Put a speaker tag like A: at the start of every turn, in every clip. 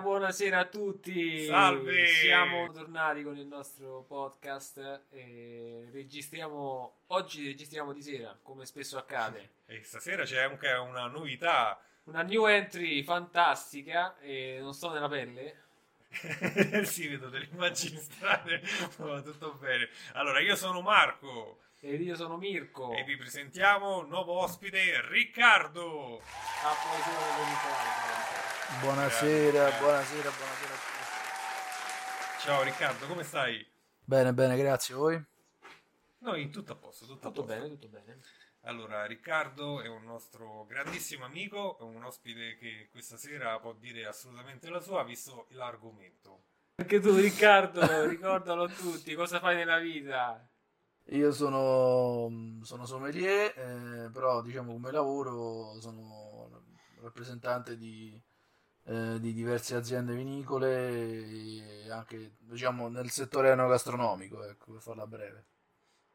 A: buonasera a tutti.
B: Salve!
A: Siamo tornati con il nostro podcast. E registriamo oggi, registriamo di sera, come spesso accade.
B: E stasera c'è anche una novità.
A: Una new entry fantastica. E non sto nella pelle.
B: sì, vedo delle immagini strane, ma tutto bene. Allora, io sono Marco
A: E io sono Mirko.
B: e vi presentiamo il nuovo ospite Riccardo.
A: Applausiamo per Riccardo.
C: Buonasera,
B: Grazie.
C: buonasera, buonasera a
B: Ciao Riccardo, come stai?
C: tutti. Bene, bene, grazie a voi.
B: Noi tutto a posto, tutto, a
A: Tutto
B: posto.
A: bene, tutto bene.
B: Allora, Riccardo è un nostro grandissimo amico, è un ospite che questa sera può dire assolutamente la sua, visto l'argomento.
A: Anche tu, Riccardo, ricordalo a tutti. Cosa fai nella vita?
C: Io sono, sono sommelier, eh, però diciamo come lavoro sono rappresentante di, eh, di diverse aziende vinicole e anche diciamo nel settore enogastronomico, ecco, per farla breve.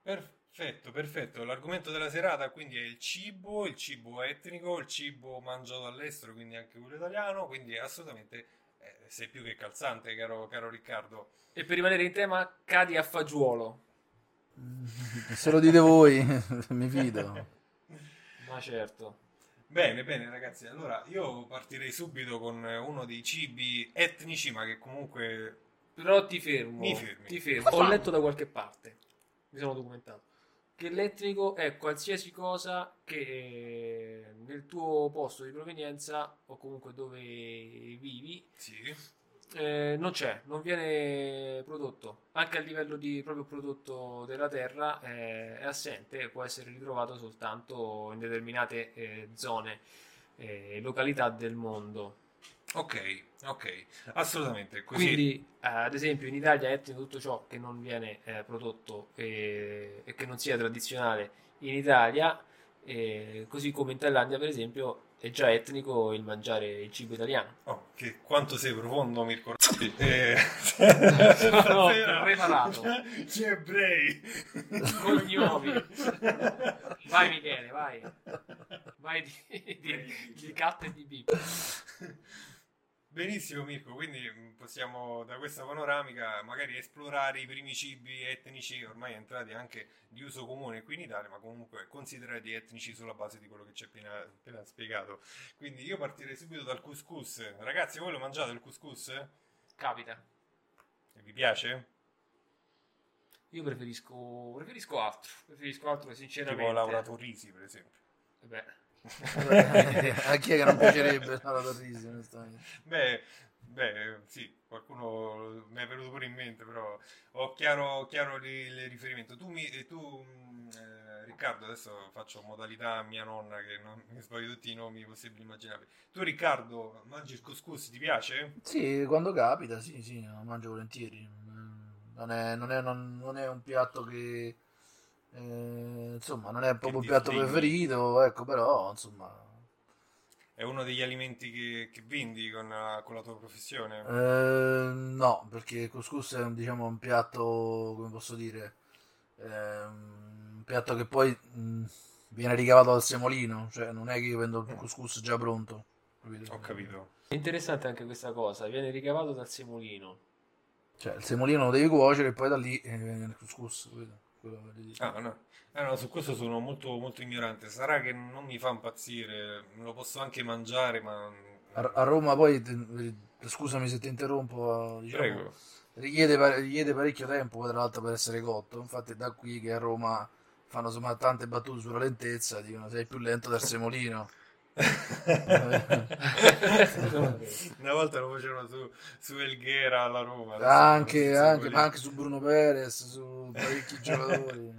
B: Perfetto, perfetto. L'argomento della serata quindi è il cibo, il cibo etnico, il cibo mangiato all'estero, quindi anche quello italiano, quindi assolutamente eh, sei più che calzante, caro, caro Riccardo.
A: E per rimanere in tema, cadi a fagiolo.
C: Se lo dite voi, mi fido.
A: Ma certo.
B: Bene, bene ragazzi, allora io partirei subito con eh, uno dei cibi etnici, ma che comunque...
A: Però ti fermo.
B: Mi fermi.
A: Ti fermo. Ho letto da qualche parte, mi sono documentato, che l'etnico è qualsiasi cosa che eh, nel tuo posto di provenienza o comunque dove vivi
B: Sì,
A: eh, non c'è, non viene prodotto. Anche a livello di proprio prodotto della terra eh, è assente e può essere ritrovato soltanto in determinate eh, zone e località del mondo.
B: ok, ok, assolutamente, così...
A: Quindi, eh, ad esempio, in Italia è etnico tutto ciò che non viene eh, prodotto eh, e che non sia tradizionale in Italia, eh, così come in Thailandia, per esempio, è già etnico il mangiare il cibo italiano.
B: Oh, che quanto sei profondo, Mirko. Eh, stasera-
A: preparato.
B: Gli ebrei.
A: Cognomi. Vai, Michele, vai. Vai di, di, di cat e di bip.
B: Benissimo, Mirko. Quindi mh, possiamo da questa panoramica magari esplorare i primi cibi etnici ormai entrati anche di uso comune qui in Italia, ma comunque considerati etnici sulla base di quello che ci hai appena, appena spiegato. Quindi io partirei subito dal couscous. Ragazzi, voi lo mangiate il couscous?
A: Capita.
B: Vi piace?
A: Io preferisco, preferisco altro. Preferisco altro, sinceramente.
B: Tipo Laura Torrisi, per esempio.
A: Eh beh.
C: A chi è che non piacerebbe la torrisi, onestamente?
B: Beh, beh, sì, qualcuno mi è venuto pure in mente, però ho chiaro, chiaro il, il riferimento. Tu, mi, eh, tu mh, eh, Riccardo, adesso faccio modalità a mia nonna che non mi sbaglio tutti i nomi possibili e immaginabili. Tu, Riccardo, mangi il couscous, ti piace?
C: Sì, quando capita, sì, sì, lo mangio volentieri. Mm, Non è, non è- non- non è un piatto che... eh, insomma, non è proprio un piatto
B: distingui.
C: preferito, ecco, però, insomma...
B: È uno degli alimenti che, che vendi con la, con la tua professione?
C: eh, no, perché couscous è un, diciamo, un piatto, come posso dire, eh, un piatto che poi mm, viene ricavato dal semolino, cioè non è che io prendo il couscous già pronto.
B: Mm. Ho capito.
A: È Interessante anche questa cosa, viene ricavato dal semolino.
C: Cioè, il semolino lo devi cuocere e poi da lì eh, viene il couscous, quello, quello voglio dire.
B: Ah, no. Ah, no, su questo sono molto, molto ignorante. Sarà che non mi fa impazzire, lo posso anche mangiare, ma...
C: A, a Roma poi, te- scusami se ti interrompo, diciamo,
B: Prego.
C: richiede, pa- richiede parecchio tempo tra l'altro per essere cotto, infatti è da qui che a Roma fanno insomma, tante battute sulla lentezza, dicono sei più lento del semolino.
B: Una volta lo facevano su, su Elghera alla Roma. adesso
C: Anche,
B: non so se
C: anche,
B: quelli-
C: ma anche su Bruno Perez, su parecchi giocatori.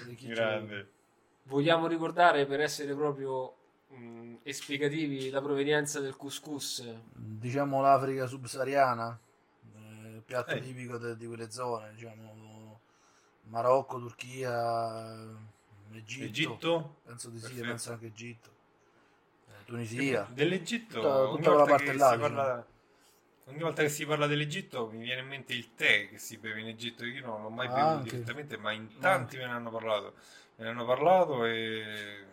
C: Parecchi
B: Grande.
A: Vogliamo ricordare, per essere proprio mh, esplicativi, la provenienza del couscous.
C: diciamo l'Africa subsahariana, eh, piatto
B: Eh.
C: tipico de- di quelle zone, diciamo Marocco, Turchia, Egitto,
B: Egitto?
C: penso di sì,
B: Perfetto.
C: penso anche Egitto, Eh, Tunisia.
B: Dell'Egitto?
C: Tutta-
B: ogni
C: tutta la
B: volta
C: parte
B: che
C: là, diciamo.
B: si parla... Ogni volta che si parla dell'Egitto mi viene in mente il tè che si beve in Egitto. Io non l'ho mai
C: Ah,
B: bevuto
C: anche.
B: direttamente, ma in tanti me ne hanno parlato. Me ne hanno parlato e...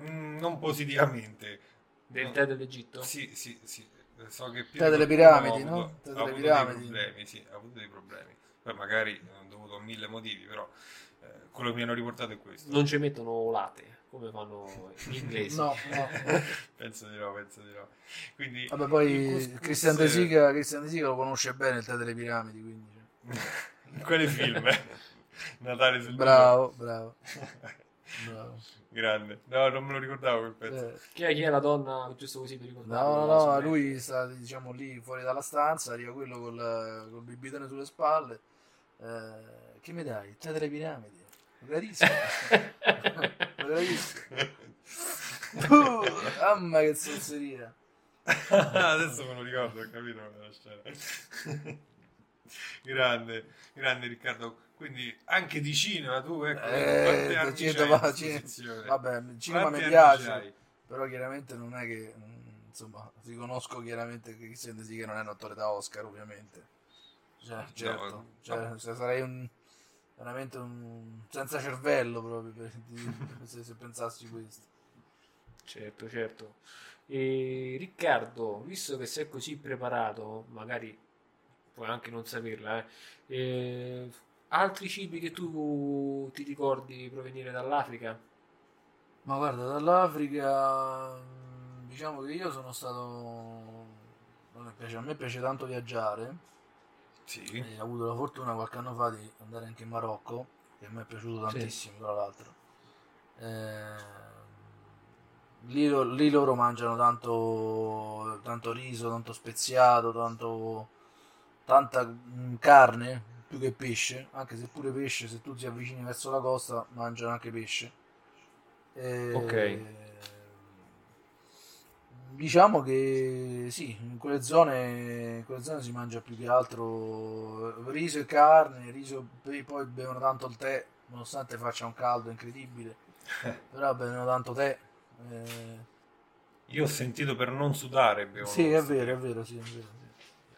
B: mm, non positivamente.
A: Del
B: No.
A: tè dell'Egitto?
B: Sì, sì, sì. So che più
C: Te delle
B: di qualcuno
C: piramidi,
B: ha
C: no?
B: avuto-
C: Te
B: ha
C: delle
B: avuto
C: piramidi.
B: dei problemi, sì, ha avuto dei problemi. Poi magari hanno dovuto a mille motivi, però eh, quello che mi hanno riportato è questo.
A: Non ci mettono latte come fanno gli inglesi.
C: No, no.
B: penso di no, penso di no. Quindi
C: Vabbè,
B: il
C: poi
B: couscous,
C: Christian
B: eh,
C: De, Sica, Christian De Sica lo conosce bene il Te delle piramidi, quindi... cioè.
B: in quale film? eh? Natale sul
C: Bravo, bravo,
B: Nilo.
C: bravo.
B: Grande. No, non me lo ricordavo quel pezzo.
C: Eh,
A: Chi, è, chi è la donna, giusto così per ricordare? eh?
C: No, no, no, lui sta diciamo lì fuori dalla stanza, arriva quello col, col bibitone sulle spalle. eh, che mi dai? Te delle piramidi? Bravissimo. Bravissimo. Eh, Uh, Mamma che zozzeria.
B: Ah, Adesso me lo ricordo, ho capito la scena. grande, grande Riccardo. Quindi anche di cinema tu, ecco, quante
C: Eh,
B: armi c'hai
C: cinema-
B: a
C: cin-
B: disposizione?
C: Vabbè, il cinema
B: Quante
C: mi
B: armi
C: piace,
B: c'hai?
C: però chiaramente non è che... mm, Insomma, riconosco chiaramente che Christian De Sica non è un attore da Oscar, ovviamente. Cioè, certo,
B: no.
C: Cioè, se sarei un, veramente un senza cervello proprio per- di- se, se pensassi questo.
A: Certo, certo. E Riccardo, visto che sei così preparato, magari puoi anche non saperla, eh, eh, altri cibi che tu ti ricordi provenire dall'Africa?
C: Ma guarda, dall'Africa mm, diciamo che io sono stato... non mi piace- a me piace tanto viaggiare.
B: Sì.
C: E ho avuto la fortuna qualche anno fa di andare anche in Marocco, che mi è piaciuto tantissimo, tra l'altro. Eh, lì, lo- lì loro mangiano tanto, tanto riso, tanto speziato, tanto, tanta mm, carne più che pesce, anche se pure pesce, se tu ti avvicini verso la costa, mangiano anche pesce. Eh,
A: Ok.
C: Diciamo che sì, in quelle, zone, in quelle zone si mangia più che altro riso e carne, riso, poi poi bevono tanto il tè, nonostante faccia un caldo incredibile, però bevono tanto tè. eh.
B: Io ho sentito per non sudare. bevono
C: sì, è
B: questo.
C: vero, è vero, sì, è vero,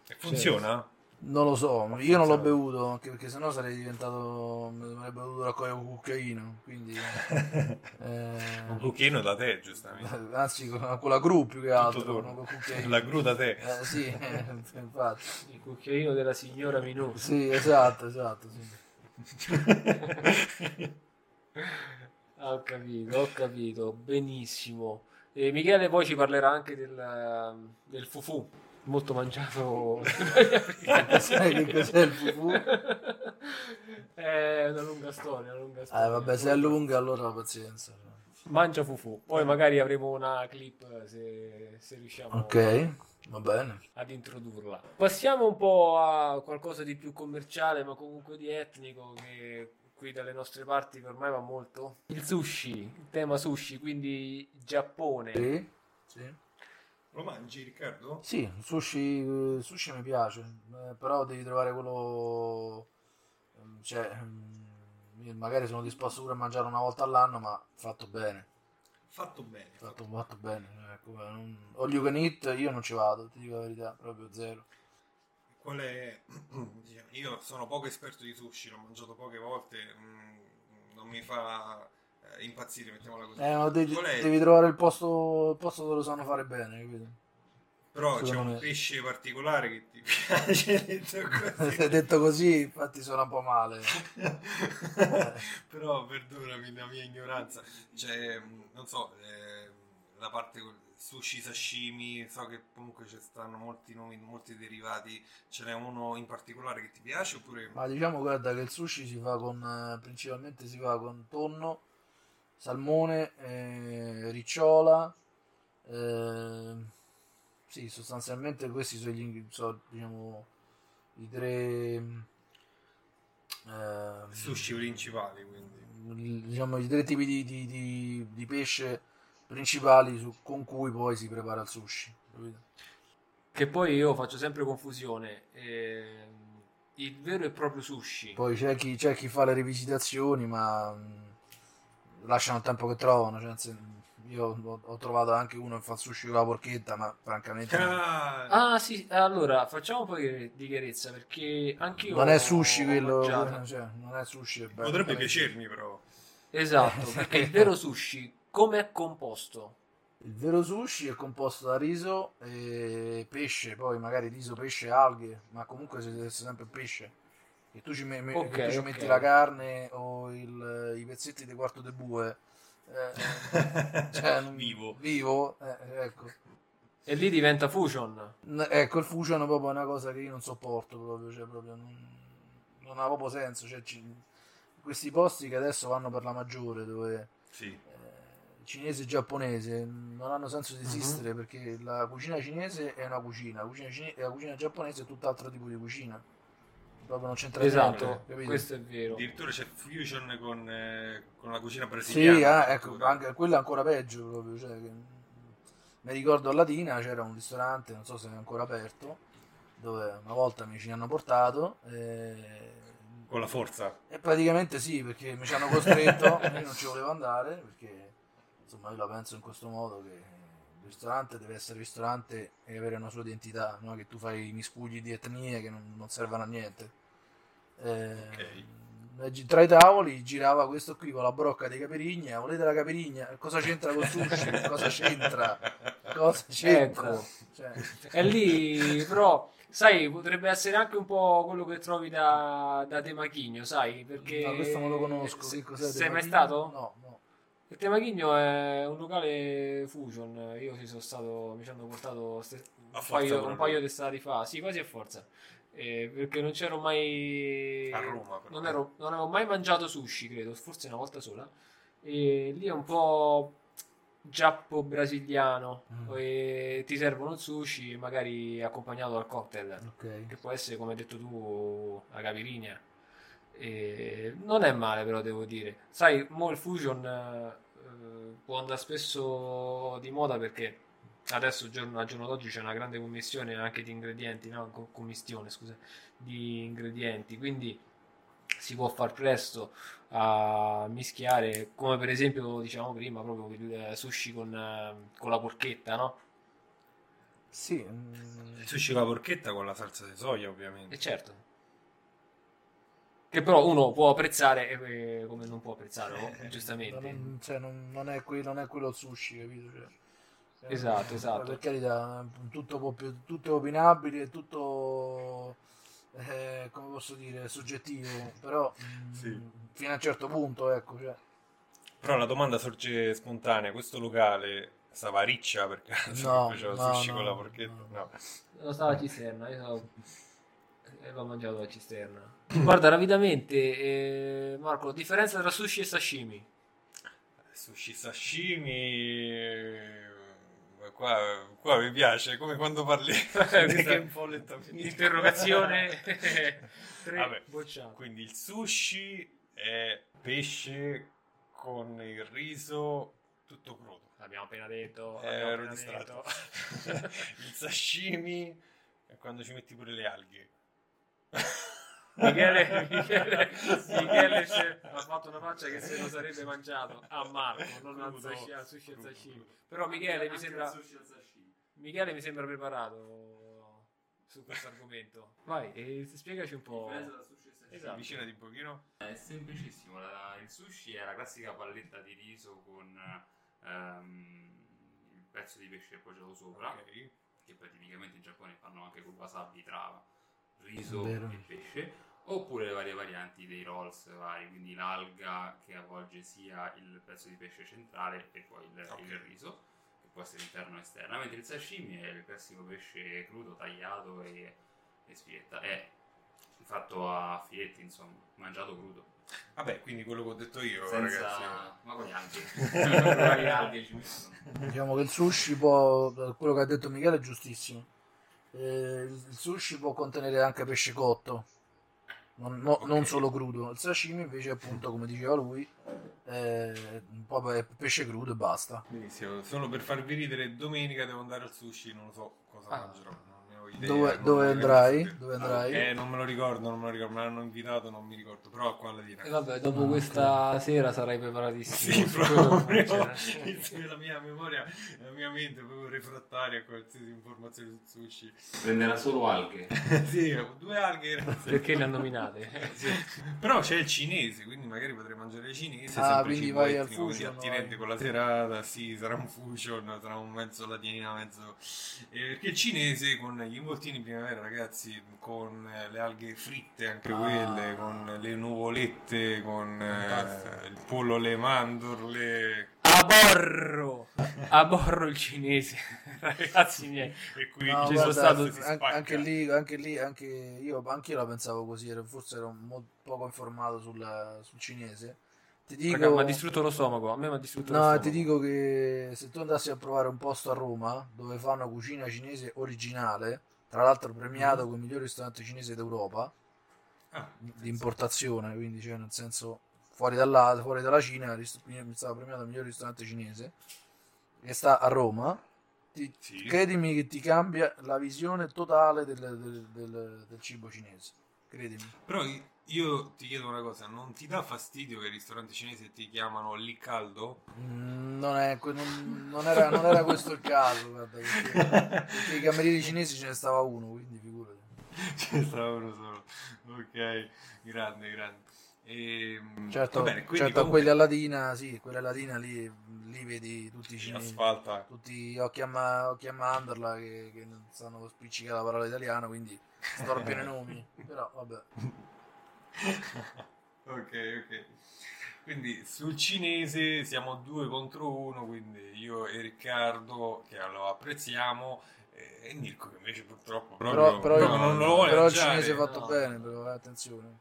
C: sì.
B: E Funziona?
C: Non lo so, ma io non l'ho
B: Funziona.
C: bevuto, anche perché sennò sarei diventato, mi avrebbe dovuto raccogliere un cucchiaino, quindi... eh,
B: Un cucchiaino da te, giustamente.
C: anzi con, con la gru più che altro,
B: Tutto
C: non
B: torna.
C: col cucchiaino.
B: La gru da te.
C: Eh, sì, infatti.
A: Il cucchiaino della signora Minù.
C: Sì, esatto, esatto. sì.
A: Ho capito, ho capito, benissimo. E Michele poi ci parlerà anche del, del fufu, molto mangiato.
C: Sai che cos'è il fufu?
A: È una lunga storia, una lunga storia.
C: Eh, vabbè, se è lunga allora pazienza.
A: Mangia fufu, poi magari avremo una clip se, se riusciamo
C: Ok, va bene.
A: ad introdurla. Passiamo un po' a qualcosa di più commerciale, ma comunque di etnico, che qui dalle nostre parti ormai va molto. Il sushi, il tema sushi, quindi Giappone.
C: Sì, sì.
B: Lo mangi, Riccardo?
C: Sì, il sushi, il sushi mi piace, eh, però devi trovare quello... ehm, Cioè, ehm, io magari sono disposto pure a mangiare una volta all'anno, ma fatto bene.
B: Fatto bene.
C: Fatto, fatto bene. Ecco, eh, non... All you can eat, io non ci vado, ti dico la verità, proprio zero.
B: Qual è... diciamo, Io sono poco esperto di sushi, l'ho mangiato poche volte, mm, non mi fa eh, impazzire, mettiamola così.
C: Eh, ma devi,
B: Qual è-
C: devi trovare il posto, il posto dove lo sanno fare bene, capito?
B: Però c'è
C: secondo
B: un
C: me.
B: pesce particolare che ti piace, detto così.
C: Se detto così, infatti suona un po' male.
B: Però perdonami la mia ignoranza. Cioè, mh, non so, eh, la parte col- sushi sashimi, so che comunque ci stanno molti nomi, molti derivati. Ce n'è uno in particolare che ti piace oppure
C: Ma diciamo, guarda, che il sushi si fa con, eh, principalmente si fa con tonno, salmone, eh, ricciola. eh, sì, sostanzialmente questi sono, gli ing- sono, diciamo, i tre... ehm,
B: sushi principali, quindi.
C: diciamo, i tre tipi di, di- di- di pesce principali su- con cui poi si prepara il sushi. capito?
A: Che poi io faccio sempre confusione. ehm, il vero e proprio sushi.
C: Poi c'è chi, c'è chi fa le rivisitazioni, ma mh, lasciano il tempo che trovano. cioè, nel sen- io ho, ho trovato anche uno che fa il sushi con la porchetta, ma francamente non-
B: Ah,
A: Ah sì, allora facciamo un po' di di chiarezza perché anch'io
C: non è sushi
A: ho
C: quello,
A: mangiato.
C: quello, cioè, non è sushi. è bello.
B: potrebbe
C: Veramente.
B: piacermi però.
A: Esatto, perché il vero sushi come è composto?
C: Il vero sushi è composto da riso e pesce, poi magari riso, pesce, alghe, ma comunque se deve essere sempre pesce. Che tu ci, me- me-
A: Ok,
C: che tu ci
A: ok.
C: metti la carne o il- i pezzetti di quarto de bue. eh, cioè, non-
B: Vivo.
C: Vivo, eh, ecco.
A: E lì diventa fusion.
C: N- ecco, il fusion è proprio una cosa che io non sopporto proprio, cioè, proprio non, non ha proprio senso. cioè, ci- questi posti che adesso vanno per la maggiore, dove
B: Sì.
C: eh, cinese e giapponese mh, non hanno senso di esistere perché la cucina cinese è una cucina, la cucina, cine- e la cucina giapponese è tutt'altro tipo di cucina. Proprio non c'entra
A: Esatto,
C: niente, capito?
A: questo è vero.
B: Addirittura c'è fusion con, eh, con la cucina
C: Sì,
B: brasiliana.
C: ah, ecco,
B: addirittura.
C: anche quello è ancora peggio proprio, cioè, che- mi ricordo a Latina c'era un ristorante, non so se è ancora aperto, dove una volta mi ci hanno portato eh, e,
B: Con la forza.
C: e praticamente sì, perché mi ci hanno costretto, io non ci volevo andare, perché insomma io la penso in questo modo che il ristorante deve essere ristorante e avere una sua identità, non è che tu fai miscugli di etnie che non, non servono a niente. Eh,
B: Ok.
C: gi- Tra i tavoli girava questo qui con la brocca di caperigna. Volete la caperigna? Cosa c'entra col sushi? Cosa c'entra? Cosa c'entra?
A: Ecco.
C: Cioè,
A: E lì, però, sai, potrebbe essere anche un po' quello che trovi da, da Temachigno, sai? Perché
C: no, questo non lo conosco.
A: Se-
C: Che cos'è
A: sei mai
C: Caperigna?
A: stato?
C: No, no.
A: Il Temachigno è un locale fusion, io ci sono stato, mi ci hanno portato ste-
B: A
A: un,
B: forza
A: paio,
B: proprio.
A: un paio di estati fa, sì, quasi a forza, Eh, perché non c'ero mai...
B: A Roma, però.
A: non, ero- non avevo mai mangiato sushi, credo, forse una volta sola, e lì è un po' giappo-brasiliano,
C: Mm.
A: e ti servono il sushi magari accompagnato dal cocktail
C: Ok.
A: che può essere come hai detto tu la capirigna E non è male però devo dire sai mo il fusion eh, può andare spesso di moda perché adesso giorno, al giorno d'oggi c'è una grande commissione anche di ingredienti no? Co- commistione scusa di ingredienti quindi si può far presto a mischiare come per esempio diciamo prima proprio il eh, sushi con, eh, con la porchetta no?
C: Sì. mm,
B: Il sushi con la porchetta con la salsa di soia, ovviamente.
A: E certo. Che però uno può apprezzare eh, come non può apprezzarlo,
B: Eh,
A: giustamente.
C: non, cioè, non- non è que- non è quello il sushi, capito? Cioè, eh,
A: Esatto, esatto.
C: Per carità, tutto, può più- tutto è opinabile, tutto, eh, come posso dire, soggettivo, però mm,
B: Sì.
C: fino a un certo punto, ecco. Cioè.
B: Però la domanda sorge spontanea. Questo locale stava riccia per caso
C: No,
B: che faceva
C: no,
B: sushi
C: no,
B: con la porchetta?
C: no.
B: No.
A: Non stava la cisterna, io stavo... e l'ho mangiato la cisterna. Guarda, rapidamente, eh, Marco, la differenza tra sushi e sashimi.
B: Sushi sashimi... eh, Qua, qua mi piace, come quando parli di
A: Questa
B: Tempoletta.
A: interrogazione. Tre
B: Vabbè,
A: bocciate.
B: Quindi il sushi è pesce con il riso tutto crudo.
A: L'abbiamo appena detto.
B: Eh,
A: l'abbiamo
B: ero
A: appena
B: distratto.
A: detto.
B: il sashimi è quando ci metti pure le alghe.
A: Michele, Michele, Michele se- ha fatto una faccia che se lo sarebbe mangiato a Marco, non al
B: Crudo,
A: sashi- al sushi e al
B: crudo,
A: sashimi.
B: crudo.
A: Però Michele mi, sembra,
D: Sushi al sashimi.
A: Michele mi sembra preparato su questo argomento. Vai, e spiegaci un po'.
D: Differenza tra sushi e sashimi.
A: Esatto.
B: Avvicinati un pochino.
D: È semplicissimo, la- il sushi è la classica palletta di riso con ehm, il pezzo di pesce appoggiato sopra,
B: Ok.
D: che poi tipicamente in Giappone fanno anche con wasabi tra riso
C: Vero.
D: e pesce, oppure le varie varianti dei rolls vari, quindi l'alga che avvolge sia il pezzo di pesce centrale e poi il,
B: Ok.
D: il riso, che può essere interno o esterno, mentre il sashimi è il classico pesce crudo, tagliato e, e sfiletta- è fatto a filetti, insomma, mangiato crudo.
B: Vabbè, quindi quello che ho detto io,
D: Senza-
B: ragazzi.
D: Ma con gli altri. Con gli altri ci mettono.
C: Diciamo che il sushi può, quello che ha detto Michele è giustissimo, Eh, il il sushi può contenere anche pesce cotto, non, no- non
B: Ok.
C: solo crudo. Il sashimi invece appunto, come diceva lui, eh, proprio è pesce crudo e basta.
B: Benissimo, solo per farvi ridere, domenica devo andare al sushi, non lo so cosa
A: Ah.
B: mangerò. Non ne ho idea.
C: Dove,
B: non
C: dove
B: mi
C: andrai?
B: ricordo.
C: Dove andrai?
B: Eh, non me lo ricordo, non me lo ricordo, me l'hanno invitato, non mi ricordo, però a quale
A: E
B: direi.
A: vabbè, dopo
C: Ah,
A: questa sera sarai preparatissimo.
B: Sì,
A: su quello non
B: proprio. Cioè,
A: c'è.
B: la mia memoria, la mia mente è proprio refrattaria a qualsiasi informazione sul sushi.
D: Prenderà solo alghe.
B: sì, due alghe. grazie.
A: Perché le ha nominate? Eh,
B: Sì. Però c'è il cinese, quindi magari potrei mangiare il cinese.
C: Ah,
B: sempre
C: quindi
B: cibo
C: vai al
B: etnico, quindi
C: fusion,
B: attinente
C: vai.
B: con la serata, sì, sarà un fusion, sarà un mezzo latinina, mezzo... eh, perché il cinese con gli involtini in primavera, ragazzi, con eh, le alghe fritte, anche
C: Ah.
B: quelle, con le nuvolette, con eh,
C: Fantastico.
B: il pollo alle mandorle...
A: Aborro! Aborro il cinese, ragazzi miei.
B: E qui
C: No,
B: ci
A: guarda,
B: sono stato
A: si
C: an- anche lì, anche lì, anche io, anche io la pensavo così, ero- forse ero un po' poco informato sul, sul cinese. Ti dico,
A: Raga, mi ha distrutto lo stomaco. A me mi ha distrutto lo
C: no,
A: stomaco.
C: ti dico che se tu andassi a provare un posto a Roma dove fanno cucina cinese originale, tra l'altro premiato come miglior ristorante cinese d'Europa
B: Mm-hmm. Ah,
C: di importazione, quindi cioè nel senso fuori, dalla, fuori dalla Cina rist- mi stava premiato il miglior ristorante cinese che sta a Roma. Ti,
B: Sì.
C: Credimi che ti cambia la visione totale del, del- del- del cibo cinese. Credimi.
B: Però io ti chiedo una cosa, non ti dà fastidio che i ristoranti cinesi ti chiamano lì caldo?
C: Mm, Non, è, que- non, non era, non era questo il caso, guarda, perché, perché i camerieri cinesi ce ne stava uno, quindi figurati.
B: Ce ne stava uno solo. Ok, grande, grande. Ehm,
C: Certo,
B: va bene, quindi
C: certo,
B: comunque
C: quelli a Latina, sì, quelli a Latina lì, lì vedi tutti i
B: ci
C: cinesi.
B: asfalta.
C: tutti occhi a, ma- occhi a mandorla che, che non sanno spiccicare la parola italiana, quindi storpiano i nomi. Però vabbè.
B: ok, ok. Quindi sul cinese siamo due contro uno, quindi io e Riccardo che lo apprezziamo e e Mirko che invece purtroppo
C: Però,
B: proprio,
C: però,
B: proprio non lo vuole
C: però il
B: mangiare.
C: cinese è fatto
A: no.
C: bene, però eh, attenzione.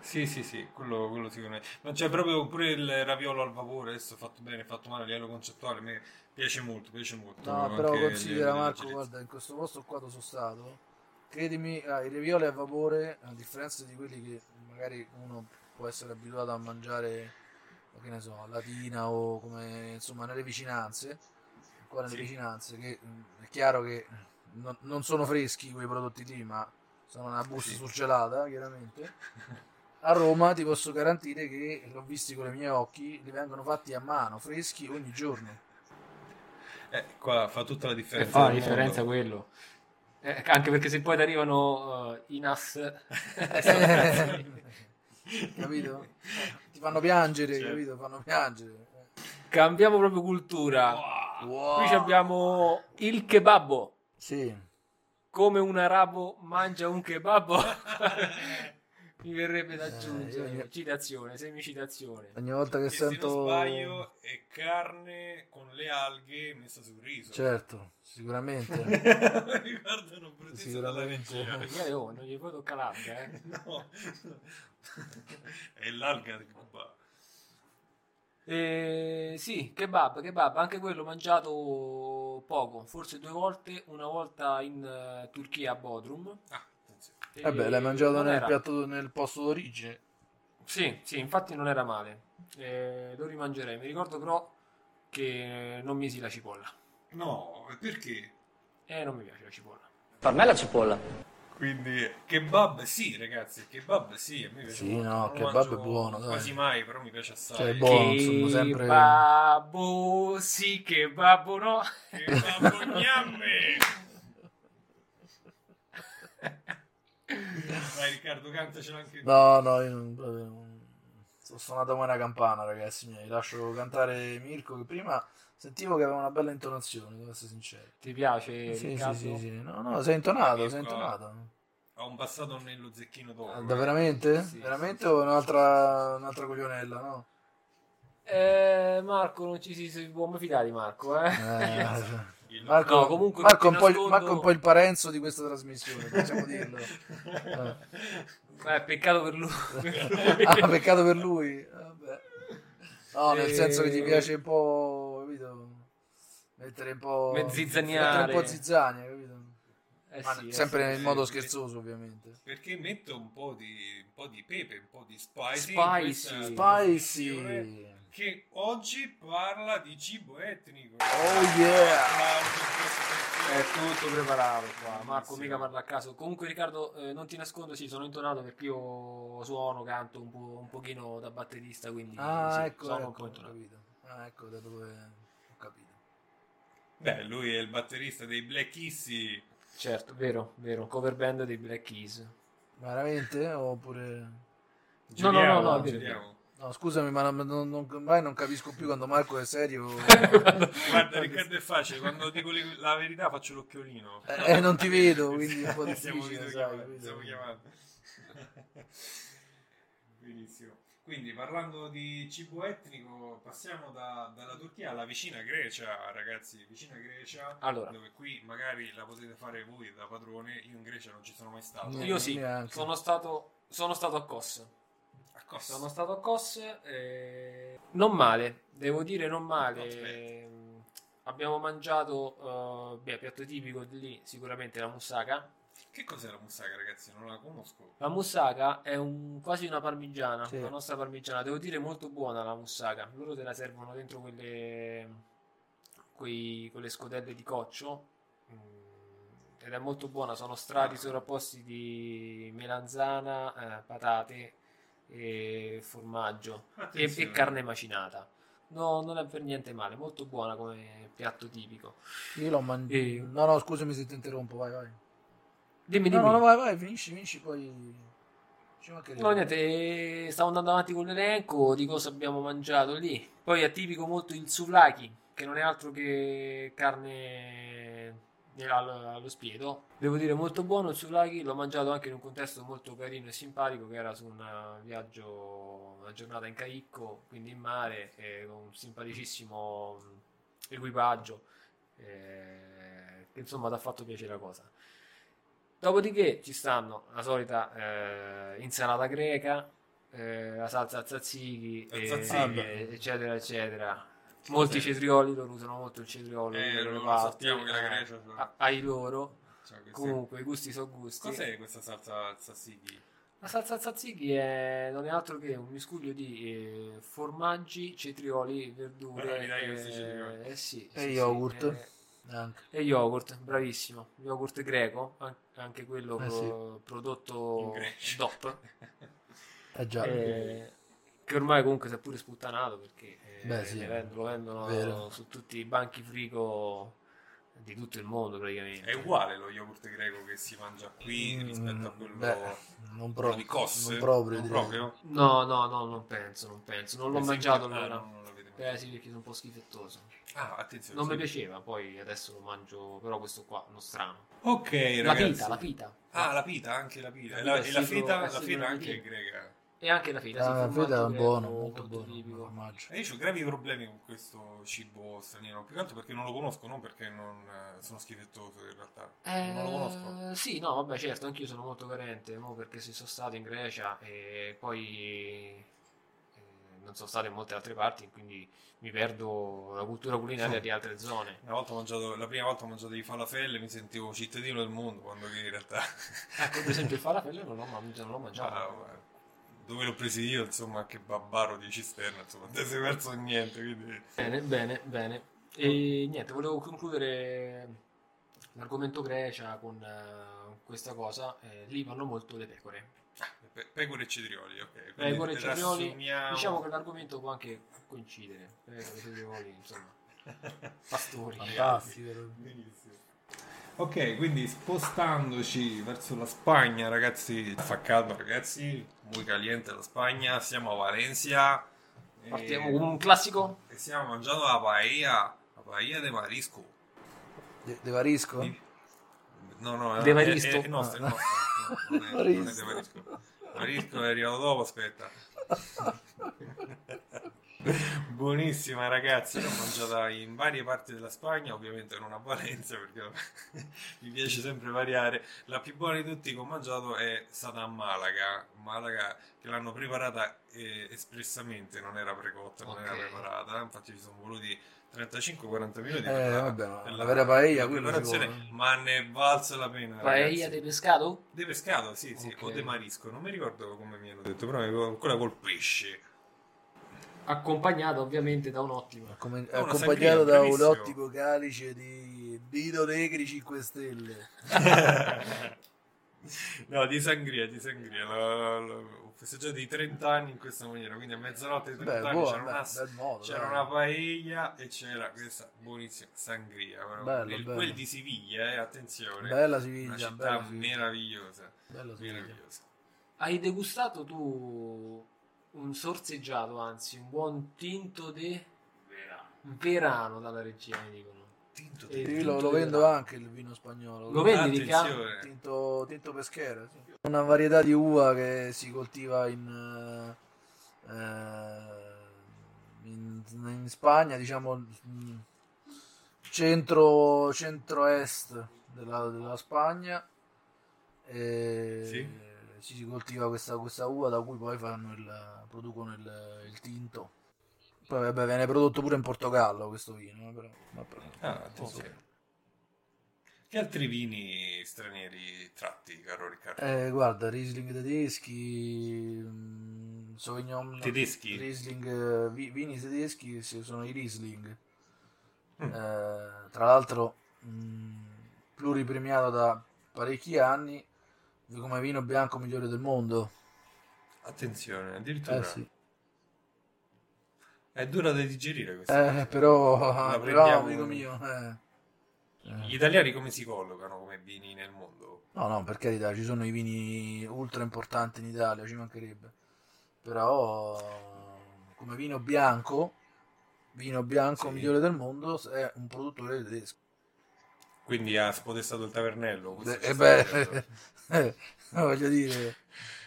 B: Sì, sì, sì, quello, quello sicuramente. Ma c'è proprio pure il raviolo al vapore, adesso fatto bene, fatto male a livello concettuale, mi piace molto, piace molto.
C: No, però
B: anche le-
C: considera
B: le
C: Marco,
B: leggerezze.
C: guarda, in questo posto qua dove sono stato, credimi, ah, i ravioli a vapore, a differenza di quelli che magari uno può essere abituato a mangiare, che ne so, a Latina o come, insomma, nelle vicinanze, qua nelle
B: Sì.
C: vicinanze, che mh, è chiaro che non, non sono freschi quei prodotti lì, ma sono una busta
B: Sì.
C: surgelata, chiaramente. A Roma ti posso garantire che l'ho visti con i miei occhi, li vengono fatti a mano, freschi ogni giorno.
B: Eh, qua fa tutta la
A: E
B: differenza.
A: fa la
B: del
A: differenza
B: mondo.
A: quello. Eh, anche perché se poi ti arrivano eh, i NAS...
B: Eh
C: capito? Ti fanno piangere,
B: Certo.
C: capito? Fanno piangere.
A: Cambiamo proprio cultura.
B: Wow.
C: Wow.
A: Qui ci abbiamo il kebabbo.
C: Sì.
A: Come un arabo mangia un kebabbo. Mi verrebbe da
C: Eh, io- Eh,
A: aggiungere. Citazione, semicitazione.
C: Ogni volta che
B: E se non
C: sento
B: sbaglio è carne con le alghe messa sul riso.
C: Certo, sicuramente.
B: Mi ricordano bruttissimo dalla
C: Sicuramente.
B: regia.
A: Magari, oh, non gli puoi toccare l'alga, eh.
B: No. è l'alga di Cuba.
A: Eh, sì, kebab, kebab, anche quello mangiato poco, forse due volte, una volta in eh, Turchia a Bodrum.
B: Ah, attenzione.
A: E
C: Eh beh, l'hai mangiato
A: non
C: nel
A: era-
C: piatto nel posto d'origine.
A: Sì, sì, infatti non era male. Eh, lo rimangerei. Mi ricordo però che non misi la cipolla.
B: No, perché?
A: Eh, non mi piace la cipolla.
E: Per me la cipolla.
B: Quindi kebab sì, ragazzi, kebab sì, a me piace
C: Sì,
B: molto.
C: no,
B: Non lo
C: kebab
B: mangio
C: è buono, dai.
B: Quasi mai, però mi piace assai.
C: Cioè, è buono, insomma, sempre-
A: Kebabbo, sì, kebabbo no.
B: Kebab gnamme! Dai Riccardo, cantacelo anche tu.
C: No, no, io non, proprio non- Sono suonato come una campana, ragazzi miei. Lascio cantare Mirko che prima sentivo che aveva una bella intonazione, devo essere sincero.
A: Ti piace,
C: Sì, sì,
A: Riccardo?
C: sì, sì. No, no, sei intonato,
B: Mirko,
C: sei intonato.
B: Ho un passato nello zecchino d'oro. eh.
C: Ah, da veramente?
A: Sì,
C: veramente
A: sì,
C: o un'altra, un'altra coglionella, no?
A: Eh, Marco, non ci si, si può mai fidare di Marco, eh.
C: Eh,
B: Il-
C: Marco,
A: No, comunque
C: Marco è
A: ti
C: un po' il-
A: nascondo-
C: Marco è un po' il parenzo di questa trasmissione, possiamo dirlo.
A: Eh, peccato per lui. per lui.
C: ah, peccato per lui. Vabbè. No, nel
A: Eh,
C: senso che ti piace un po', capito? Mettere un po'...
A: Mezzizzaniare.
C: mettere un po' zizzania, capito?
A: Eh
C: Ma
A: sì, eh
C: sempre
A: sì.
C: in
B: sì,
C: modo
B: sì.
C: scherzoso, ovviamente.
B: Perché metto un po' di, un po' di pepe, un po' di spicy.
A: Spicy.
B: in questa-
C: Spicy!
B: che oggi parla di cibo etnico.
C: Oh yeah!
B: Applausi in questa
A: È
B: sezione.
A: tutto preparato qua. Marco
B: Bellissimo.
A: mica parla a caso. Comunque, Riccardo, eh, non ti nascondo, sì, sono intonato perché io suono, canto un, po', un pochino da batterista, quindi sì,
C: Ah, ecco,
A: sono un
C: ecco,
A: po'
C: ho
A: intonato.
C: capito. Ah, ecco da dove ho capito.
B: Beh, lui è il batterista dei Black Issi.
A: Certo, vero, vero. Cover band dei Black Keys.
C: Veramente? Oppure...
A: No, no, no, no, è vero,
B: giriamo.
C: No, scusami, ma non, non, non- ormai non capisco più quando Marco è serio.
B: Guarda, Riccardo è facile, quando dico le- la verità faccio l'occhiolino.
C: Eh, non ti vedo, quindi è un po'
B: Siamo
C: difficile, sai,
B: videochiamati,
C: quindi-
B: siamo chiamati. esatto. Benissimo. Quindi parlando di cibo etnico, passiamo da- dalla Turchia alla vicina Grecia, ragazzi, vicina Grecia,
A: Allora.
B: dove qui magari la potete fare voi da padrone, io in Grecia non ci sono mai stato.
C: No.
A: Io sì,
C: neanche.
A: sono stato, sono stato a Kos.
B: A Kos.
A: Sono stato a Kos. eh, Non male, devo dire non male.
B: Aspetta.
A: Abbiamo mangiato, eh, beh, piatto tipico di lì, sicuramente la moussaka.
B: Che cos'è la moussaka, ragazzi? Non la conosco.
A: La moussaka è un- quasi una parmigiana,
C: Sì.
A: la nostra parmigiana. Devo dire molto buona la moussaka. Loro te la servono dentro quelle, quei- quelle scodelle di coccio. mm, Ed è molto buona, sono strati sovrapposti di melanzana, eh, patate e formaggio e- e,
B: Attenzione.
A: carne macinata. No, non è per niente male, molto buona come piatto tipico.
C: Io l'ho mangiato.
A: E-
C: No, no, scusami se ti interrompo, vai, vai.
A: Dimmi,
C: No,
A: dimmi.
C: no, no, vai, vai, finisci, finisci, poi... Ci mancherebbe.
A: No, niente, eh, stavo andando avanti con l'elenco di cosa abbiamo mangiato lì. Poi è tipico molto il souvlaki, che non è altro che carne allo, allo spiedo. Devo dire, molto buono il souvlaki, l'ho mangiato anche in un contesto molto carino e simpatico, che era su un eh, viaggio, una giornata in Caicco, quindi in mare, eh, con un simpaticissimo mh, equipaggio, eh, che insomma ti ha fatto piacere la cosa. Dopodiché ci stanno la solita eh, insalata greca, eh, la salsa tzatziki,
B: La
A: e-
B: tzatziki.
A: e- eccetera, eccetera. Molti cetrioli loro usano molto il cetriolo.
B: Eh,
A: nelle
B: lo- lo
A: parti,
B: sappiamo che la
A: eh,
B: Grecia c'ha-
C: Ah,
A: a- Ai loro.
B: Cioè, queste-
A: Comunque, i gusti sono gusti.
B: Cos'è questa salsa tzatziki?
A: La salsa tzatziki è non è altro che un miscuglio di eh, formaggi, cetrioli,
B: Bravi,
A: verdure.
B: dai,
A: eh,
B: questi cetrioli.
A: eh sì, sì,
C: E
A: sì,
C: yogurt.
A: eh,
C: Neanche.
A: e yogurt, bravissimo. Yogurt greco, an- anche quello
C: Eh,
A: pro- prodotto
B: In Grecia.
A: DOP.
C: Eh già.
A: eh, che ormai comunque si è pure sputtanato perché eh,
C: Beh, sì.
A: ne vend- lo vendono
C: Vero.
A: su tutti i banchi frigo di tutto il mondo praticamente.
B: È uguale lo yogurt greco che si mangia qui
C: Mm,
B: rispetto a quello...
C: beh,
B: quello
C: non proprio.
B: di Kos
C: Non proprio,
B: Non
C: direi.
B: proprio?
A: No, no, no, non penso, non penso. Non l'ho
B: Per esempio-
A: mangiato
B: ah,
A: allora.
B: no, non l'avete mangiato.
A: Eh sì, perché sono un po' schifettoso.
B: Ah, attenzione.
A: Non mi
B: sì.
A: piaceva, poi adesso lo mangio, però questo qua, uno strano.
B: Ok,
A: la
B: ragazzi.
A: pita, la pita.
B: Ah, la pita, anche la pita.
A: La
B: E
A: pita
B: la,
A: è
B: e la
A: siglo-
B: feta,
A: è
B: la
A: siglo
B: feta anche è
A: latino.
B: greca.
A: E anche la fita, sì,
C: Ah, la
A: formaggio
C: feta è
A: greco,
C: buona, molto
A: tipico.
C: buona. formaggio.
B: E io ho gravi problemi con questo cibo straniero, più che altro perché non lo conosco, non perché non eh, sono schifettoso in realtà. Non lo conosco.
A: Eh, sì, no, vabbè, certo, anch'io sono molto carente, mo perché se sono stato in Grecia e poi eh, non sono stato in molte altre parti, quindi mi perdo la cultura culinaria di altre zone.
B: Una volta ho mangiato, la prima volta ho mangiato i falafel e mi sentivo cittadino del mondo, quando che in realtà...
A: Ecco, per esempio il falafel non l'ho man- non l'ho mangiato.
B: Ah, ma dove l'ho preso io, insomma, che babbaro di cisterna, insomma, non ti sei perso niente, quindi...
A: Bene, bene, bene. E niente, volevo concludere l'argomento Grecia con eh, questa cosa. Eh, lì vanno molto le pecore.
B: Pe- pecore e cetrioli, ok. quindi
A: Pecore e cetrioli,
B: riassumiamo-
A: Diciamo che l'argomento può anche coincidere. Pecore, cetrioli, insomma, pastori.
C: Fantastico.
B: Benissimo. Ok, quindi spostandoci verso la Spagna, ragazzi, fa caldo, ragazzi, muy caliente la Spagna, siamo a Valencia. e-
A: Partiamo con un classico.
B: E stiamo mangiando la paella, la paella de marisco.
C: De, De Varisco?
B: No, no, è-
A: De Marisco?
B: È, è nostra, è
C: Ah.
B: nostra. No, non è, non è de marisco. Marisco è arrivato dopo, aspetta. Buonissima ragazzi, l'ho mangiata in varie parti della Spagna, ovviamente non a Valencia perché mi piace sempre variare. La più buona di tutti che ho mangiato è stata a Malaga, Malaga che l'hanno preparata eh, espressamente, non era precotta, non era
A: Ok.
B: preparata, infatti ci sono voluti 35-40 minuti.
C: Eh,
B: per la-
C: vabbè, ma
B: per
C: la vera paella,
B: per
C: quello
B: Ah. la preparazione,
C: si può, eh.
B: ma ne è valsa la pena.
A: Paella
B: ragazzi.
A: di pescato?
B: De pescato, sì, sì,
A: Ok.
B: o de marisco, non mi ricordo come mi hanno detto, però mi- quella col pesce.
A: accompagnata ovviamente da un'ottima.
C: Come-
B: una
C: accompagnato
B: sangria,
C: da un
B: bellissimo.
C: ottico calice di Dino Negri 5 Stelle.
B: No, di sangria, di sangria. La- la- la- Ho festeggiato i 30 anni in questa maniera, quindi a mezzanotte ai 30
C: Beh,
B: anni
C: buono,
B: c'era,
C: beh,
B: una,
C: bel modo.
B: c'era
C: dai.
B: una paella e c'era questa buonissima sangria. però.
C: Bello,
B: Il-
C: bello.
B: Quel di Siviglia, eh, attenzione,
C: Bella
B: una
C: Siviglia,
B: città
C: bella Siviglia.
B: meravigliosa,
C: bella Siviglia.
B: meravigliosa.
A: Hai degustato tu un sorseggiato, anzi un buon tinto di
D: Vera.
A: verano dalla regia, mi dicono.
B: Tinto
A: E-
B: di-
C: Sì, lo,
A: tinto
C: lo
A: di
C: vendo
A: grano.
C: anche il vino spagnolo.
A: Lo vendi di fianco?
B: Attenzione.
C: Tinto, tinto peschera, sì. Una varietà di uva che si coltiva in, eh, in, in Spagna, diciamo mm, centro, est della, della Spagna. E
B: Sì.
C: ci si coltiva questa, questa uva da cui poi fanno il- producono il, il tinto. Poi vabbè, viene prodotto pure in Portogallo questo vino. eh, Però, vabbè.
B: Ah, attenzione. Che altri vini stranieri tratti, caro Riccardo?
C: Eh, guarda, Riesling tedeschi, mm, Sauvignon no,
B: Tedeschi?
C: Riesling, eh, vi- vini tedeschi sì, sono i Riesling.
B: Mm.
C: Eh, tra l'altro, mm, pluripremiato da parecchi anni come vino bianco migliore del mondo.
B: Attenzione,
C: Eh,
B: addirittura
C: sì.
B: è dura da digerire questa. cosa.
C: Eh, però,
B: La
C: però,
B: prendiamo-
C: amico mio, eh.
B: Gli
C: Eh.
B: italiani come si collocano come vini nel mondo?
C: No, no, per carità, ci sono i vini ultra importanti in Italia, ci mancherebbe. Però come vino bianco, vino bianco
B: Sì.
C: migliore del mondo, è un produttore tedesco.
B: Quindi ha spodestato il tavernello. questo
C: Eh,
B: ci
C: eh,
B: sta
C: beh,
B: dicendo.
C: eh, voglio dire,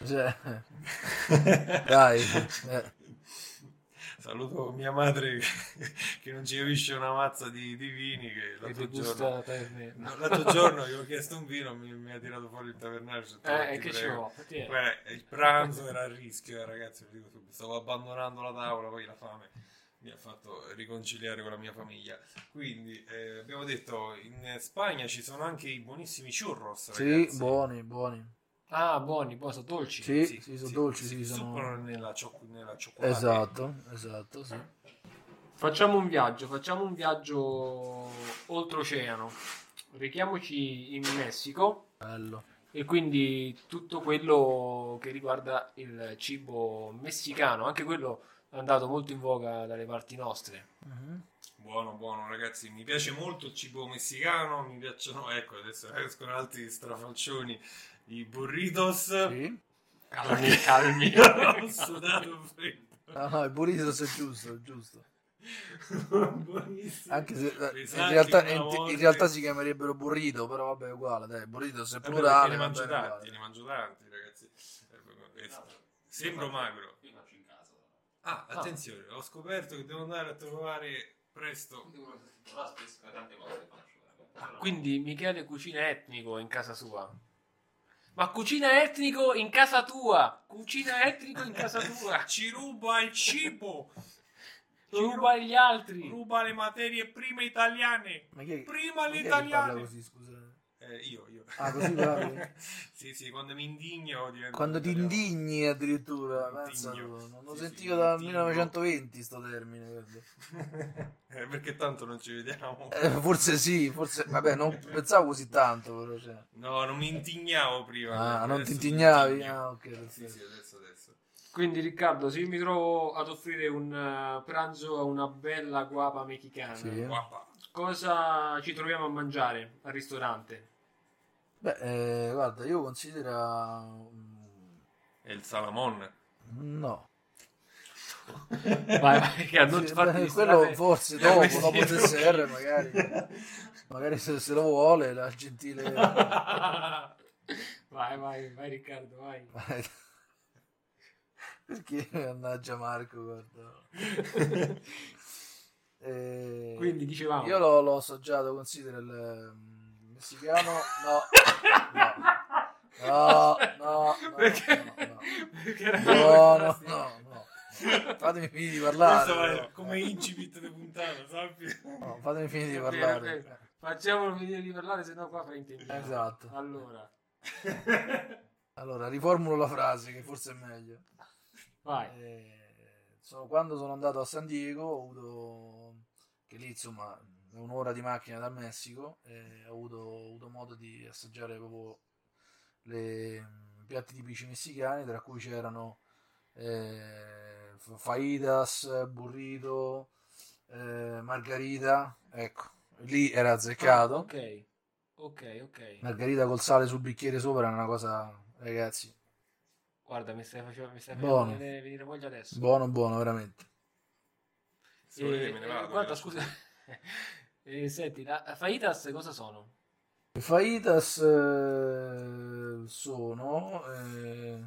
C: cioè, Dai, eh.
B: certo. Saluto mia madre che- che non ci capisce una mazza di, di vini. Che
A: Che
B: l'altro giorno,
A: degusta taverna.
B: no, l'altro giorno gli ho chiesto un vino, mi, mi ha tirato fuori il tavernello. ho detto,
A: Eh,
B: "Ti
A: e che
B: prego".
A: ci vuole? Ti è.
B: Guarda, il pranzo era a rischio, eh, ragazzi, vi dico subito, stavo abbandonando la tavola, poi la fame mi ha fatto riconciliare con la mia famiglia. Quindi eh, abbiamo detto, in Spagna ci sono anche i buonissimi churros,
C: Sì,
B: ragazzi.
C: buoni, buoni.
A: Ah, buoni, buoni, sono dolci.
C: Sì, sì, sono dolci,
B: si
C: sì, sono-
B: zuppano nella, cioc- nella cioccolata.
C: Esatto, esatto, sì.
A: Facciamo un viaggio, facciamo un viaggio oltreoceano. Rechiamoci in Messico
C: Bello.
A: e quindi tutto quello che riguarda il cibo messicano, anche quello è andato molto in voga dalle parti nostre.
C: Mhm.
B: Buono, buono, ragazzi, mi piace molto il cibo messicano, mi piacciono, ecco, adesso escono altri strafalcioni, i burritos,
C: Sì.
A: Calmi, calmi.
B: ho sudato freddo.
C: Ah, no, il burrito è giusto, è giusto.
B: Buonissimo.
C: Anche se eh, in
B: Pesanti
C: realtà,
B: come
C: in,
B: la
C: in
B: morte.
C: realtà si chiamerebbero burrito, però vabbè, è uguale, dai, burrito se è
B: Eh, perché
C: plurale.
B: ne
C: va
B: mangio
C: bene
B: tanti,
C: uguale.
B: ne mangio tanti, ragazzi. Eh, eh, Sembro magro.
D: Io faccio in casa.
B: Ah, attenzione, ho scoperto che devo andare a trovare presto.
D: Però spesso tante cose faccio.
B: Ah,
D: eh.
A: Quindi Michele cucina etnico in casa sua. Ma cucina etnico in casa tua! Cucina etnico in casa tua!
B: Ci ruba il cibo,
A: Ruba agli altri!
B: ruba le materie prime italiane.
C: Ma chi è,
B: Prima
C: chi è
B: le
C: che parla
B: italiane.
C: così, scusa?
B: Eh, io, io.
C: Ah, così parli?
B: sì, sì, quando mi indigno divento
C: Quando ti
B: italiano.
C: indigni addirittura,
B: Indigno.
C: pensa tu, non lo
B: Sì,
C: sentivo
B: sì,
C: dal
B: indigno.
C: 1920 sto termine. guarda.
B: Eh, perché tanto non ci vediamo.
C: Eh, forse sì, forse, vabbè, non pensavo così tanto, però cioè.
B: No, non mi indignavo prima.
C: Ah, non
B: Adesso
C: ti
B: mi
C: indignavi?
B: eh, indigno.
C: Ah, ok,
B: Sì, sì,
C: perfetto.
B: adesso, adesso.
A: Quindi Riccardo, se io mi trovo ad offrire un eh, pranzo a una bella guapa mexicana,
C: Sì.
B: Guapa.
A: cosa ci troviamo a mangiare al ristorante?
C: Beh, eh, guarda, io considera... mm,
B: E il salamon.
C: No.
A: Vai, vai, Riccardo, non ti
C: Sì,
A: farti
C: beh,
A: distrarre.
C: quello forse
B: Eh,
C: dopo,
B: questi
C: dopo il
B: trucchi.
C: TSR magari. Magari se, se lo vuole la gentile...
A: vai, vai, vai Riccardo, vai.
C: Perché mannaggia Marco, guarda. Eh,
A: Quindi dicevamo,
B: diciamo.
C: Io l'ho, l'ho assaggiato, considera il mm, messicano. No, no, no, no,
A: perché,
C: no,
A: perché era
C: no, no, no, no, no. Fatemi finire di parlare.
B: Questo
C: però.
B: è come incipit di puntata, sappi?
C: No, fatemi finire di
A: Ok,
C: parlare.
A: Facciamolo finire di parlare, sennò qua fraintendiamo.
C: Esatto.
A: Allora,
C: Allora, riformulo la frase che forse è meglio.
A: vai.
C: Eh, sono- quando sono andato a San Diego, ho avuto, che lì insomma è un'ora di macchina dal Messico, e ho avuto, ho avuto modo di assaggiare proprio le mm, piatti tipici messicani, tra cui c'erano eh, fa- fajitas, burrito, eh, margarita, ecco, lì era azzeccato.
A: Ah, ok, ok, ok.
C: Margherita col sale sul bicchiere sopra è una cosa, ragazzi,
A: Guarda, mi stai facendo, mi stai
C: Buono.
A: facendo venire, venire voglia adesso.
C: buono buono, veramente.
B: Se volete me ne
A: Eh,
B: vado.
A: guarda,
B: eh.
A: scusa. Eh, senti, la fajitas cosa sono?
C: Le fajitas eh, sono, eh,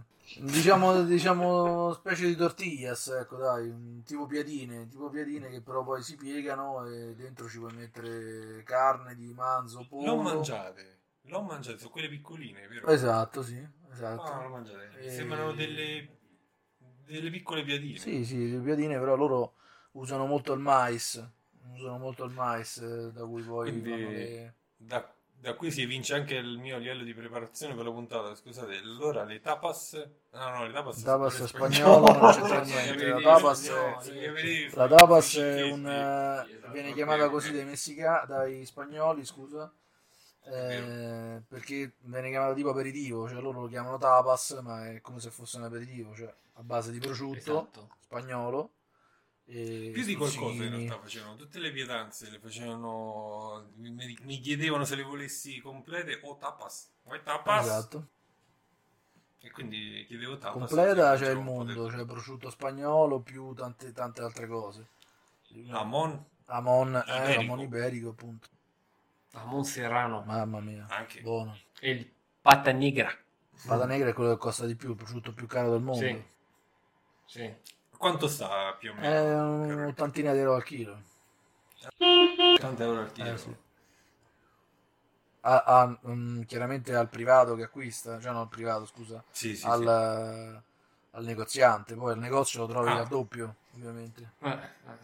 C: diciamo, diciamo, specie di tortillas, ecco dai, mm, tipo piadine, tipo piadine che però poi si piegano e dentro ci puoi mettere carne di manzo, pollo.
B: L'ho mangiate, l'ho mangiate, sono quelle piccoline, vero?
C: Esatto, sì, esatto.
B: Ah, l'ho mangiate.
C: Eh,
B: Sembrano delle, delle piccole piadine.
C: Sì, sì, le piadine però loro usano molto il mais, usano molto il mais eh, da cui poi
B: Quindi-
C: fanno le...
B: Da, da qui si evince anche il mio livello di preparazione per la puntata. Scusate, allora le tapas. No, no, le tapas,
C: Tapas
B: sono
C: spagnolo non c'entra
B: spagnole.
C: niente,
B: Gli
C: la
B: aperitivi,
C: tapas,
B: eh,
A: sì.
B: gli aperitivi,
C: la tapas è
B: i
C: un,
B: cicchetti.
C: eh,
D: Esatto,
C: viene
B: ok,
C: chiamata
B: ok.
C: così dai, messica- dai spagnoli, scusa, eh, perché viene chiamata tipo aperitivo, cioè loro lo chiamano tapas, ma è come se fosse un aperitivo, cioè a base di prosciutto
A: Esatto.
C: spagnolo e
B: Più di qualcosa in
C: spruzzini.
B: realtà facevano, tutte le pietanze le facevano, mi, mi chiedevano se le volessi complete o tapas. Vuoi tapas?
C: Esatto.
B: E quindi chiedevo tapas.
C: completa c'è
B: Facevo
C: il
B: un po' del-
C: mondo, c'è prosciutto spagnolo più tante, tante altre cose.
B: Amon
C: Amon, eh,
B: Iberico.
C: Amon iberico, appunto.
A: A Monserrano
C: Mamma mia,
B: anche.
C: buono.
A: e il pata negra.
C: Pata negra è quello che costa di più, il prosciutto più caro del mondo.
A: Sì. Sì.
B: Quanto sta più o meno?
C: È
B: Carol?
C: un'ottantina di euro al chilo.
B: 80 euro al chilo.
C: Eh, sì. A- a- mm, chiaramente al privato che acquista, cioè non al privato, scusa,
B: Sì, sì, sì.
C: al, al negoziante. Poi il negozio lo trovi
B: Ah.
C: al doppio, ovviamente.
A: Eh, eh,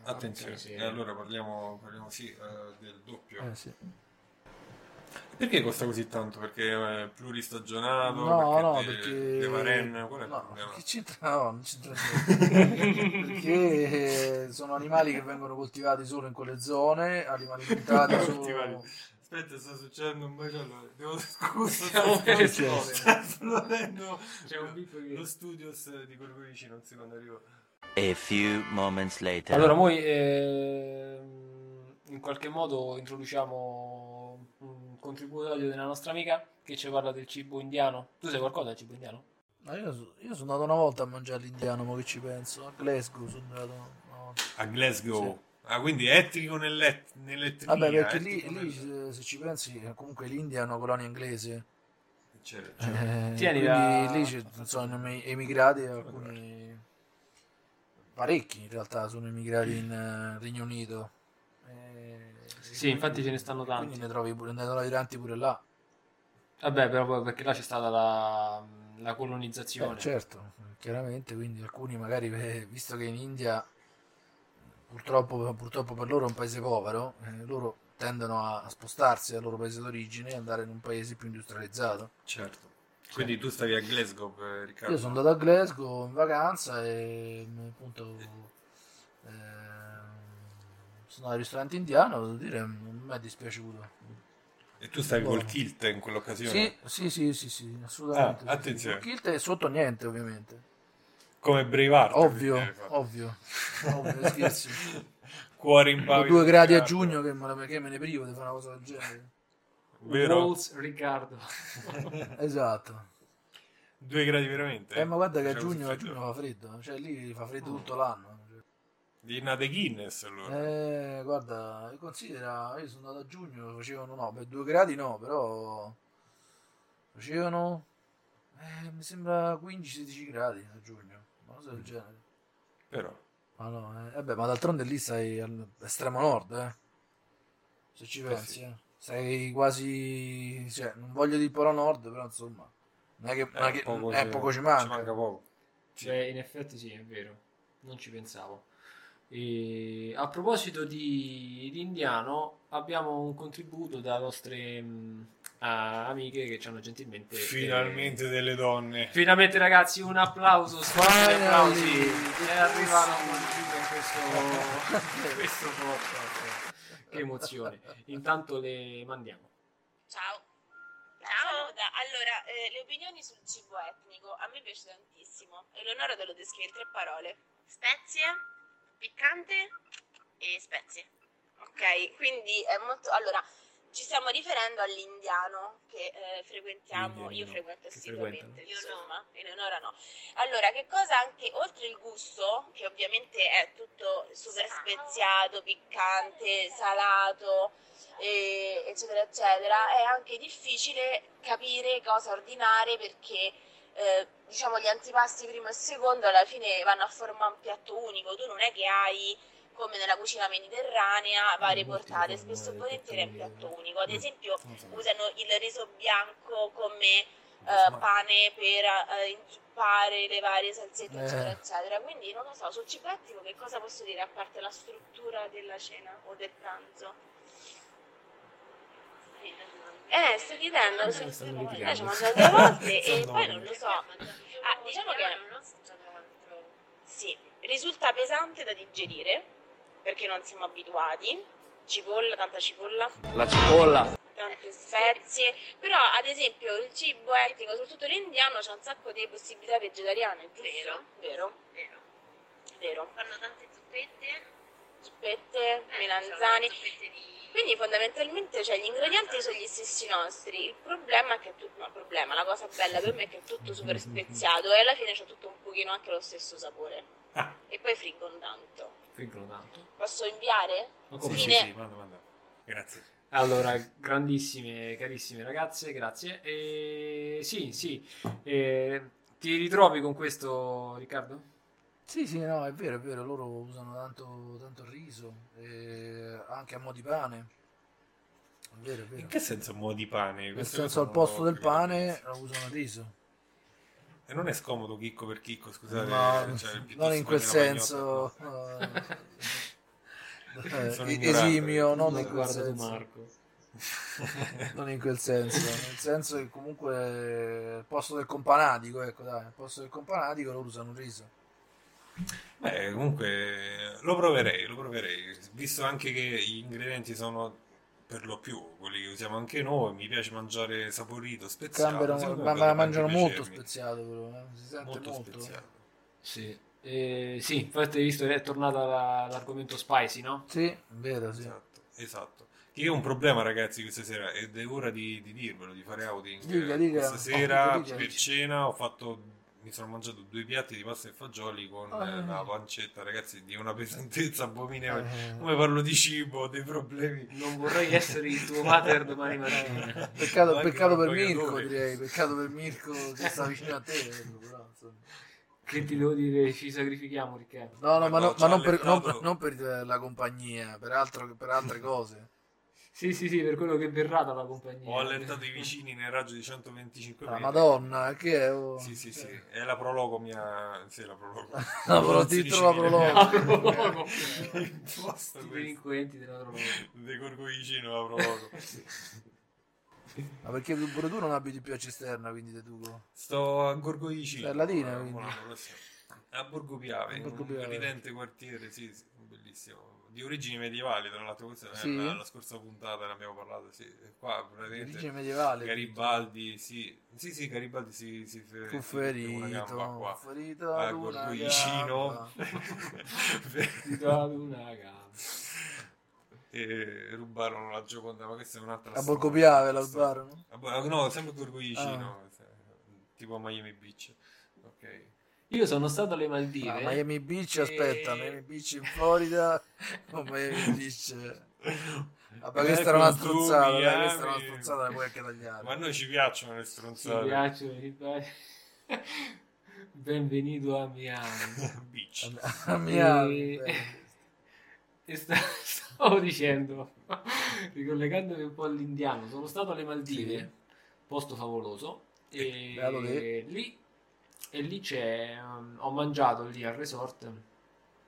B: Attenzione,
A: sì.
B: E allora parliamo, parliamo, sì, eh, del doppio.
C: Eh, sì.
B: Perché costa così tanto? Perché è pluristagionato?
C: No,
B: perché
C: no,
B: de-
C: perché...
B: de Varenne? Qual è il
C: No,
B: problema?
C: che c'entra? No, non c'entra niente. perché eh, sono animali che vengono coltivati solo in quelle zone, animali alimentati solo...
B: Coltivati. Aspetta, sta succedendo un macello. Devo scusa,
A: Stiamo
B: sta esplodendo-
C: succedendo.
B: sta esplodendo
A: C'è un bip che-
B: lo studios di quello vicino, un secondo arrivo.
E: A few moments later.
A: Allora, noi ehm, in qualche modo introduciamo un contributorio della nostra amica che ci parla del cibo indiano. Tu sai qualcosa del cibo indiano?
C: Ma io, so- io sono andato una volta a mangiare l'indiano, ma che ci penso? A Glasgow sono andato una volta.
B: A Glasgow. Ah, quindi etnico nell'et- nell'etnia.
C: Vabbè, perché lì,
B: etnico
C: lì,
B: nel-
C: se, se ci pensi, eh, comunque l'India è una colonia inglese.
B: Certo.
C: Eh,
A: Tieni
C: quindi
A: la-
C: lì ci- sono emi- emigrati alcuni parecchi in realtà sono emigrati in eh, Regno Unito Eh,
A: Sì, infatti ce ne stanno tanti.
C: quindi ne trovi, pure, ne trovi tanti pure là
A: Vabbè, però poi perché là c'è stata la, la colonizzazione.
C: Eh, certo chiaramente quindi alcuni magari eh, visto che in India purtroppo, purtroppo per loro è un paese povero eh, loro tendono a spostarsi dal loro paese d'origine e andare in un paese più industrializzato
B: certo. Quindi tu stavi a Glasgow, eh, Riccardo?
C: Io sono andato a Glasgow in vacanza e mm, appunto ehm, sono andato al ristorante indiano, devo dire, non mi è dispiaciuto.
B: E tu stavi
C: Buono.
B: col kilt in quell'occasione?
C: Sì, sì, sì, sì, sì, assolutamente.
B: Ah,
C: sì, sì.
B: attenzione.
C: Col kilt e sotto niente, ovviamente.
B: Come Braveheart.
C: Ovvio,
B: quindi, eh, fa-
C: ovvio, ovvio, scherzi.
B: Cuore in
C: Ho
B: pavido.
C: due gradi a
B: Riccardo.
C: giugno che me, perché me ne privo di fare una cosa del genere.
B: Vero?
A: Rose Riccardo.
C: Esatto.
B: Due gradi veramente?
C: Eh, ma guarda che a
B: Facciamo
C: giugno,
B: sul
C: a
B: freddo.
C: giugno fa freddo, cioè lì fa freddo tutto l'anno.
B: Di Nate Guinness allora.
C: Eh, guarda, considera, io sono andato a giugno, facevano no, beh, due gradi no, però facevano, eh, mi sembra 15-16 gradi a giugno, una cosa del genere.
B: Però.
C: Ma no, eh, vabbè, ma d'altronde lì stai all'estremo nord, eh, se ci pensi,
B: sì.
C: eh. Sei quasi, cioè, non voglio dire polo nord, però insomma, non è che, non è che- eh, poco ci manca.
B: poco.
A: Cioè, in effetti sì, è vero, non ci pensavo. E a proposito di, di indiano, abbiamo un contributo da nostre mh, mm, a amiche che ci hanno gentilmente... eh,
B: Finalmente delle donne.
A: Finalmente ragazzi un applauso, sforzo di
C: Finally.
A: applausi e arrivano in questo, questo podcast. Che emozione. Intanto le mandiamo.
F: Ciao.
G: Ciao.
F: Ciao. Allora, eh, le opinioni sul cibo etnico a me piace tantissimo. Eleonora te lo descrive in tre parole.
G: Spezie, piccante e spezie.
F: Ok, quindi è molto... Allora, ci stiamo riferendo all'indiano che eh, frequentiamo,
A: Indianino,
F: io frequento
A: che
F: assiduamente,
A: frequentano.
G: Io no.
F: insomma, Eleonora no. Allora, che cosa anche, oltre il gusto, che ovviamente è tutto super speziato, piccante, salato, e- eccetera, eccetera, è anche difficile capire cosa ordinare perché... eh, diciamo gli antipasti primo e secondo alla fine vanno a formare un piatto unico, tu non è che hai come nella cucina mediterranea varie
C: molti
F: portate,
C: fanno
F: spesso e
C: il
F: volentieri è un
C: piatto
F: piatto unico. Ad
A: Mm.
F: esempio
A: Non so.
F: usano il riso bianco come eh,
A: Smart.
F: pane per eh, inzuppare le varie salsette,
C: Eh.
F: eccetera, eccetera. Quindi non lo so, sul cibo etnico che cosa posso dire a parte la struttura della cena o del pranzo? Eh, sto chiedendo,
A: Eh,
F: se-
A: stanno
F: eh, ci ho
A: litigando.
F: mangiato due volte e
A: Stanno
F: poi non lo
G: Lo so,
F: so.
G: ah, diciamo che non ho assaggiato altro.
F: Sì, risulta pesante da digerire perché non siamo abituati. Cipolla, tanta cipolla. La cipolla. Tante spezie. Però, ad esempio, il cibo etnico, soprattutto l'indiano, c'ha un sacco di possibilità vegetariane, giusto?
G: Vero.
F: Vero.
G: Vero.
F: Vero.
G: Fanno tante zuppette.
F: Zuppette,
G: eh,
F: melanzane.
G: sono zuppette di-
F: Quindi fondamentalmente cioè, gli ingredienti sono gli stessi nostri, il problema è che è tutto, no, il problema, la cosa bella per me è che è tutto super speziato e alla fine c'è tutto un pochino anche lo stesso sapore.
B: Ah.
F: E poi friggono tanto.
A: Figuro tanto.
F: Posso inviare?
A: Ma
B: Sì,
A: come
B: sì,
A: no?
F: Fine.
B: sì, manda, manda. Grazie.
A: Allora, grandissime, carissime ragazze, grazie. E sì, sì. eh, ti ritrovi con questo, Riccardo?
C: Sì, sì, no, è vero, è vero, loro usano tanto, tanto riso, eh, anche a mo' di pane. È vero, è vero.
B: In che senso mo di pane?
C: Nel
B: Questo
C: senso,
B: io
C: al
B: non
C: posto
B: l'ho
C: del
B: capito.
C: pane eh, usano il riso.
B: E non è scomodo chicco per chicco, scusate.
C: No,
B: cioè, piuttosto
C: non in quel
B: che una
C: senso eh,
B: Sono
C: eh,
B: ignorante.
C: esimio, non
A: Guarda
C: in quel
A: tu,
C: senso.
A: Marco.
B: pagnotta.
C: Non in quel senso, nel senso che comunque al posto del companatico, ecco dai, al posto del companatico loro usano il riso.
B: Beh, comunque lo proverei, lo proverei, visto anche che gli ingredienti sono per lo più quelli che usiamo anche noi, mi piace mangiare saporito, speziato,
C: Cambiano-
B: secondo me
C: ma, ma
B: potrebbe
C: mangiano
B: anche
C: molto
B: piacermi.
C: speziato, però, eh, si sente molto.
B: Molto speziato.
A: Sì. Eh, sì, infatti hai visto che è tornata la- l'argomento spicy, no?
C: Sì, è vero, Ah, sì.
B: Esatto, esatto. Che io ho un problema, ragazzi, questa sera ed è ora di, di dirvelo, di fare outing.
C: Dica, dica.
B: Questa sera
C: Oh, dica, dica.
B: per cena ho fatto, mi sono mangiato due piatti di pasta e fagioli con
C: Ah.
B: eh, la pancetta, ragazzi, di una pesantezza abominevole.
C: Eh,
B: Come parlo di cibo, ho dei problemi.
A: Non vorrei essere il tuo padre domani mattina.
C: Peccato,
B: Anche
C: peccato per
B: un
C: Mirko,
B: pagatore.
C: direi. Peccato per Mirco che sta vicino a te. eh, però, insomma.
A: Che ti devo dire, ci sacrifichiamo, Riccardo.
C: No, no,
B: Ma
C: ma,
B: Eh, no, cioè,
C: no-
B: ci ha
C: ma non, per, non,
B: allettato.
C: non per eh, la compagnia, per, altro che per altre cose.
A: Sì, sì, sì, per quello che verrà dalla compagnia.
B: Ho allertato i vicini nel raggio di 125
C: La
B: metri.
C: Madonna, che è? oh?
B: Sì, sì, sì. È la prologo mia... Sì, la prologo.
C: La prolo-
B: Non si
C: dietro
B: dice
C: la
B: niente.
C: prologo.
A: La prologo. Tutti
B: Imposta
A: Ah, i
B: questo.
A: delinquenti della droga.
B: Dei corcovicino la prologo.
C: Ma perché tu- pure tu non abiti più a Cisterna, quindi te tu. oh?
B: Sto a Gorgoicino.
C: È Latina,
B: eh,
C: quindi.
B: buon anno prossimo. A Borgo Piave,
C: A
B: in
C: Borgo
B: un
C: Piave.
B: ridente quartiere, sì, sì, bellissimo. Di origini medievali, tra l'altro, questa è
C: Sì.
B: la, la scorsa puntata ne abbiamo parlato, sì. Qua
C: di
B: praticamente
C: origine medievale.
B: Garibaldi, sì, sì, sì, Garibaldi si, si fe-
C: Fu
B: si fece Eh, una
C: ferito,
B: gamba qua. Eh,
C: fu ferito
B: a
C: ad una
B: Gorgoicino.
C: gamba.
A: Ti do ad una gamba.
B: e rubarono la Gioconda, ma questa è un'altra
C: A
B: storia.
C: Borgo Piave la
B: Questa-
C: rubarono? Ah.
B: a Bo- No, sempre Gorgoicino, eh, tipo a Miami Beach. Ok.
A: Io sono stato alle Maldive.
C: Ah,
B: eh.
C: Miami Beach,
A: E-
C: aspetta, Miami Beach in Florida o Miami Beach... Vabbè,
B: Eh,
C: questa era una
B: con eh, tu,
C: stronzata, dai,
B: Miami.
C: questa era una stronzata, la puoi anche tagliare.
B: Ma a noi ci piacciono le
A: Ci
B: stronzate.
A: piacciono i bei- Benvenuto a Miami.
B: Beach.
C: A Miami,
A: E-
C: beh.
A: E sta- stavo dicendo, ricollegandomi un po' all'indiano, sono stato alle Maldive,
C: Sì.
A: posto favoloso, e,
C: Bello lì.
A: lì, e lì c'è, um, ho mangiato lì al resort,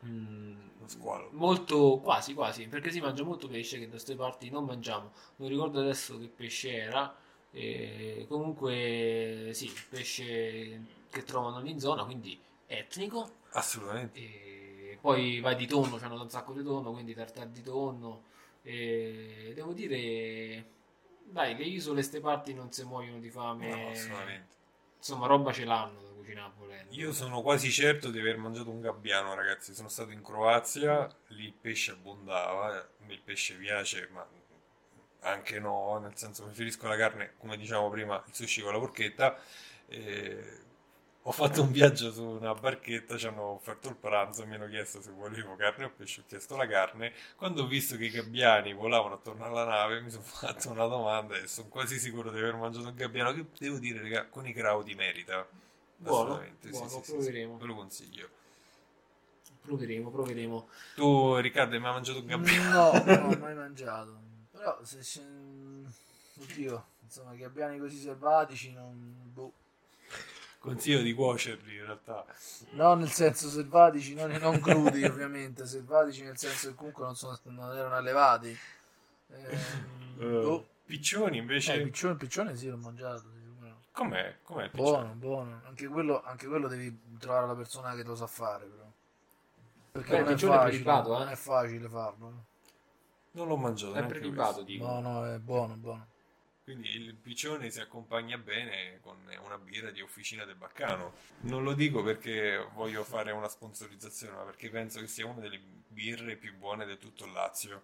A: mm,
B: Lo squalo.
A: molto, quasi quasi, perché si mangia molto pesce che da queste parti non mangiamo, non ricordo adesso che pesce era, E comunque sì, pesce che trovano lì in zona, quindi etnico.
B: Assolutamente.
A: E poi vai di tonno, c'hanno un sacco di tonno, quindi tartar di tonno. E devo dire, dai, le isole ste parti non si muoiono di fame.
B: No, assolutamente.
A: Insomma, roba ce l'hanno da cucinare volendo.
B: Io sono quasi certo di aver mangiato un gabbiano, ragazzi. Sono stato in Croazia, lì il pesce abbondava, a me il pesce piace, ma anche no, nel senso preferisco la carne, come diciamo prima, il sushi con la porchetta. Eh, ho fatto un viaggio su una barchetta, ci hanno offerto il pranzo, mi hanno chiesto se volevo carne o pesce, ho chiesto la carne. Quando ho visto che i gabbiani volavano attorno alla nave, mi sono fatto una domanda e sono quasi sicuro di aver mangiato un gabbiano che devo dire, raga, con i crauti merita.
A: Buono,
B: Assolutamente,
A: buono, proveremo.
B: Ve lo consiglio.
A: Proveremo, proveremo.
B: Tu, Riccardo, hai mai mangiato un gabbiano?
C: No, non ho mai mangiato. Però se c'è... Oddio, insomma, gabbiani così selvatici non... boh.
B: Consiglio di cuocerli, in realtà.
C: No, nel senso selvatici, non, non crudi ovviamente, selvatici nel senso che comunque non, sono- non erano allevati. Ehm,
B: Eh,
C: boh.
B: Piccioni, invece...
C: Eh, piccione, piccione sì, l'ho mangiato. di sicuro.
B: Com'è? Com'è il piccione?
C: Buono, buono. Anche quello, anche quello devi trovare la persona che lo sa fare, però. Perché
A: Beh, il
C: non, è
A: piccione è
C: facile,
A: prelibato, eh.
C: non è facile farlo. eh.
B: Non l'ho mangiato
A: Sempre
B: neanche
A: privato,
B: questo.
A: dico.
C: No, no, è buono, buono.
B: Quindi il piccione si accompagna bene con una birra di Officina del Baccano. Non lo dico perché voglio fare una sponsorizzazione, ma perché penso che sia una delle birre più buone di tutto il Lazio.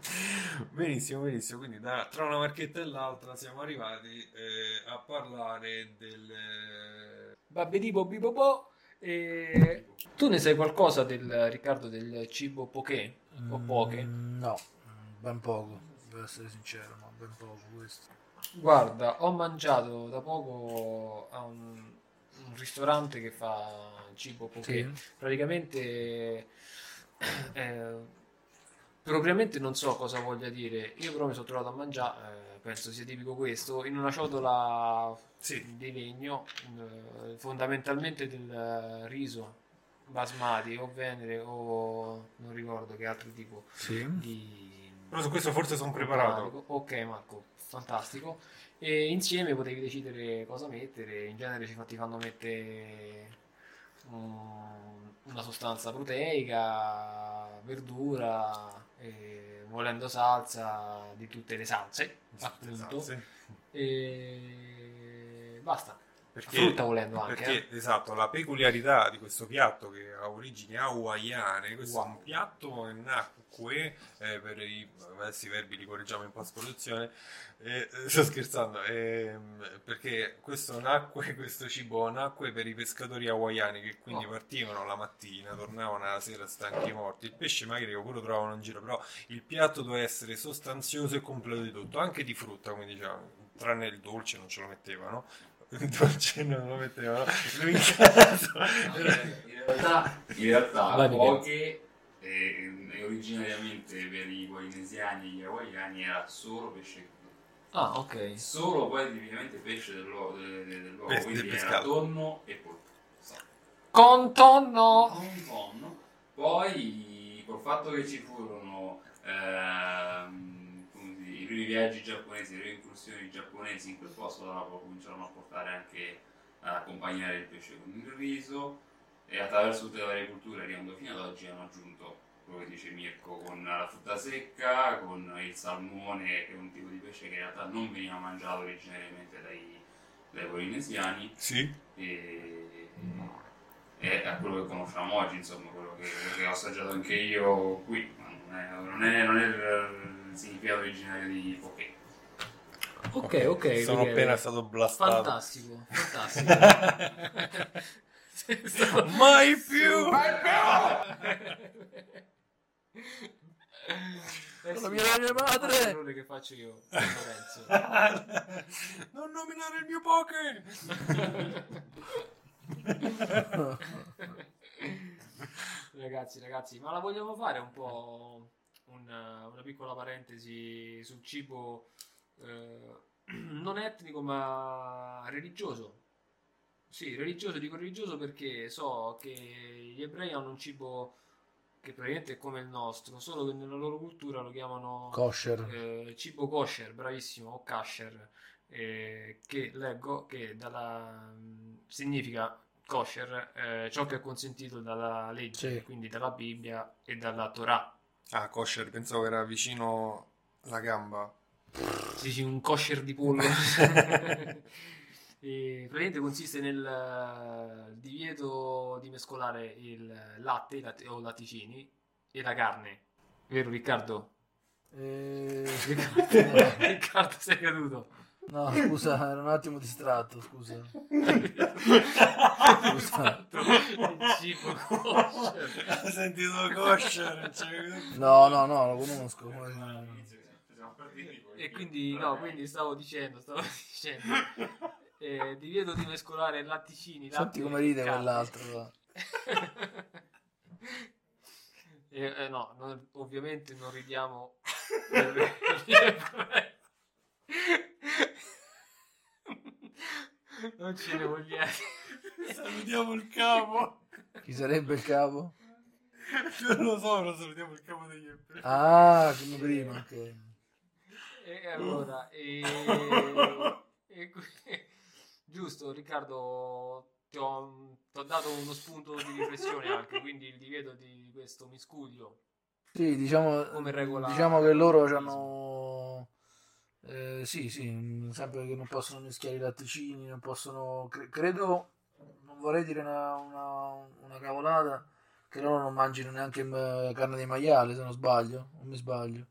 B: benissimo, benissimo. Quindi da- tra una marchetta e l'altra siamo arrivati eh, a parlare eh, del...
A: Babbidi bobbi bobò. E... Tu ne sai qualcosa del Riccardo del cibo poké? O poche?
C: Mm, No, mm, ben poco, per essere sincero, no, ben poco questo.
A: Guarda, ho mangiato da poco a un, un ristorante che fa cibo poké. praticamente eh, propriamente non so cosa voglia dire io però mi sono trovato a mangiare eh, penso sia tipico questo in una ciotola
B: Sì,
A: di legno eh, fondamentalmente del eh, riso basmati o venere o non ricordo che altro tipo
C: Sì.
A: di
B: però su questo forse sono preparato.
A: Ok Marco, fantastico. E insieme potevi decidere cosa mettere, in genere ci fa- ti fanno mettere mm, una sostanza proteica, verdura, e, volendo salsa di tutte le salse, appunto.
B: Sì.
A: E basta.
B: Perché,
A: Frutta volendo anche, eh.
B: perché, esatto, la peculiarità di questo piatto che ha origini hawaiane, questo è
A: Wow.
B: un piatto che nacque eh, per i, adesso i verbi li correggiamo in post-produzione, eh, eh, sto scherzando, ehm, perché questo nacque, questo cibo nacque per i pescatori hawaiani che quindi
A: Oh.
B: partivano la mattina, tornavano la sera stanchi e morti, il pesce magari che pure trovavano in giro, però il piatto doveva essere sostanzioso e completo di tutto, anche di frutta, come dicevamo, tranne il dolce non ce lo mettevano. Il dolce non lo mettevano. Lui in caso era-
D: in realtà, in realtà
A: Vai, Michele.
D: poche eh, eh, originariamente per i polinesiani e gli hawaiani era solo pesce crudo.
A: Ah, ok.
D: Solo poi tipicamente pesce del luogo, de- de- del luogo,
B: Pesce
D: quindi
B: del
D: era
B: pescato.
D: tonno e polpo. Sa-
A: Con tonno!
D: Un tonno. Poi col fatto che ci furono ehm, come si dice, i primi viaggi giapponesi, le prime incursioni giapponesi in quel posto, allora poi cominciarono a portare anche ad accompagnare il pesce con il riso e attraverso tutte le varie culture arrivando fino ad oggi hanno aggiunto quello che dice Mirko con la frutta secca, con il salmone che è un tipo di pesce che in realtà non veniva mangiato originariamente dai, dai polinesiani
B: Sì,
D: e, e a quello che conosciamo oggi, insomma, quello che, quello che ho assaggiato anche io qui, ma non è, non è- non è il, il significato originario di poké.
A: Ok, ok.
B: Sono
A: Michele.
B: appena stato blastato.
A: Fantastico, fantastico. Sei stato-
B: Mai più!
A: Eh
C: Sono
A: sì,
C: mia- mia madre!
A: è l'errore che faccio io, Lorenzo.
B: non nominare il mio poker!
A: ragazzi, ragazzi, ma la vogliamo fare un po' una, una piccola parentesi sul cibo eh, non etnico ma religioso. Sì, religioso, dico religioso perché so che gli ebrei hanno un cibo che praticamente è come il nostro, solo che nella loro cultura lo chiamano
C: Kosher.
A: eh, cibo kosher, bravissimo, o kasher, eh, che leggo che dalla, mm, significa kosher eh, ciò che è consentito dalla legge,
C: Sì.
A: quindi dalla Bibbia e dalla Torah.
B: Ah, kosher, pensavo era vicino la gamba.
A: Sì, sì, un kosher di pollo. E praticamente consiste nel eh, divieto di mescolare il latte, i latte- o latticini e la carne. Vero Riccardo?
C: Eh,
A: Riccardo, Riccardo, sei caduto.
C: no, scusa, ero un attimo distratto, scusa.
A: Esatto, il cibo kosher.
B: Ho sentito kosher. cioè-
C: No, no, no, lo conosco. come si chiama?
A: E quindi, no, quindi stavo dicendo, stavo dicendo, eh, divieto di mescolare latticini, latte
C: Senti come
A: e
C: ride
A: carne.
C: quell'altro. va.
A: E, eh, no, non- ovviamente non ridiamo per- per- non ce ne vogliamo
B: Salutiamo il capo.
C: Chi sarebbe il capo?
B: Non lo so, lo salutiamo il capo degli ebrei.
C: Ah, come prima, ok.
A: e allora e, e qui- giusto Riccardo ti ho, ti ho dato uno spunto di riflessione anche quindi il divieto di questo miscuglio
C: Sì, diciamo,
A: Come regola-
C: diciamo che loro hanno... sì, sì, sempre che non possono mischiare i latticini, non possono... cre- credo, non vorrei dire una, una, una cavolata, che loro non mangiano neanche eh, carne di maiale, se non sbaglio, non mi sbaglio.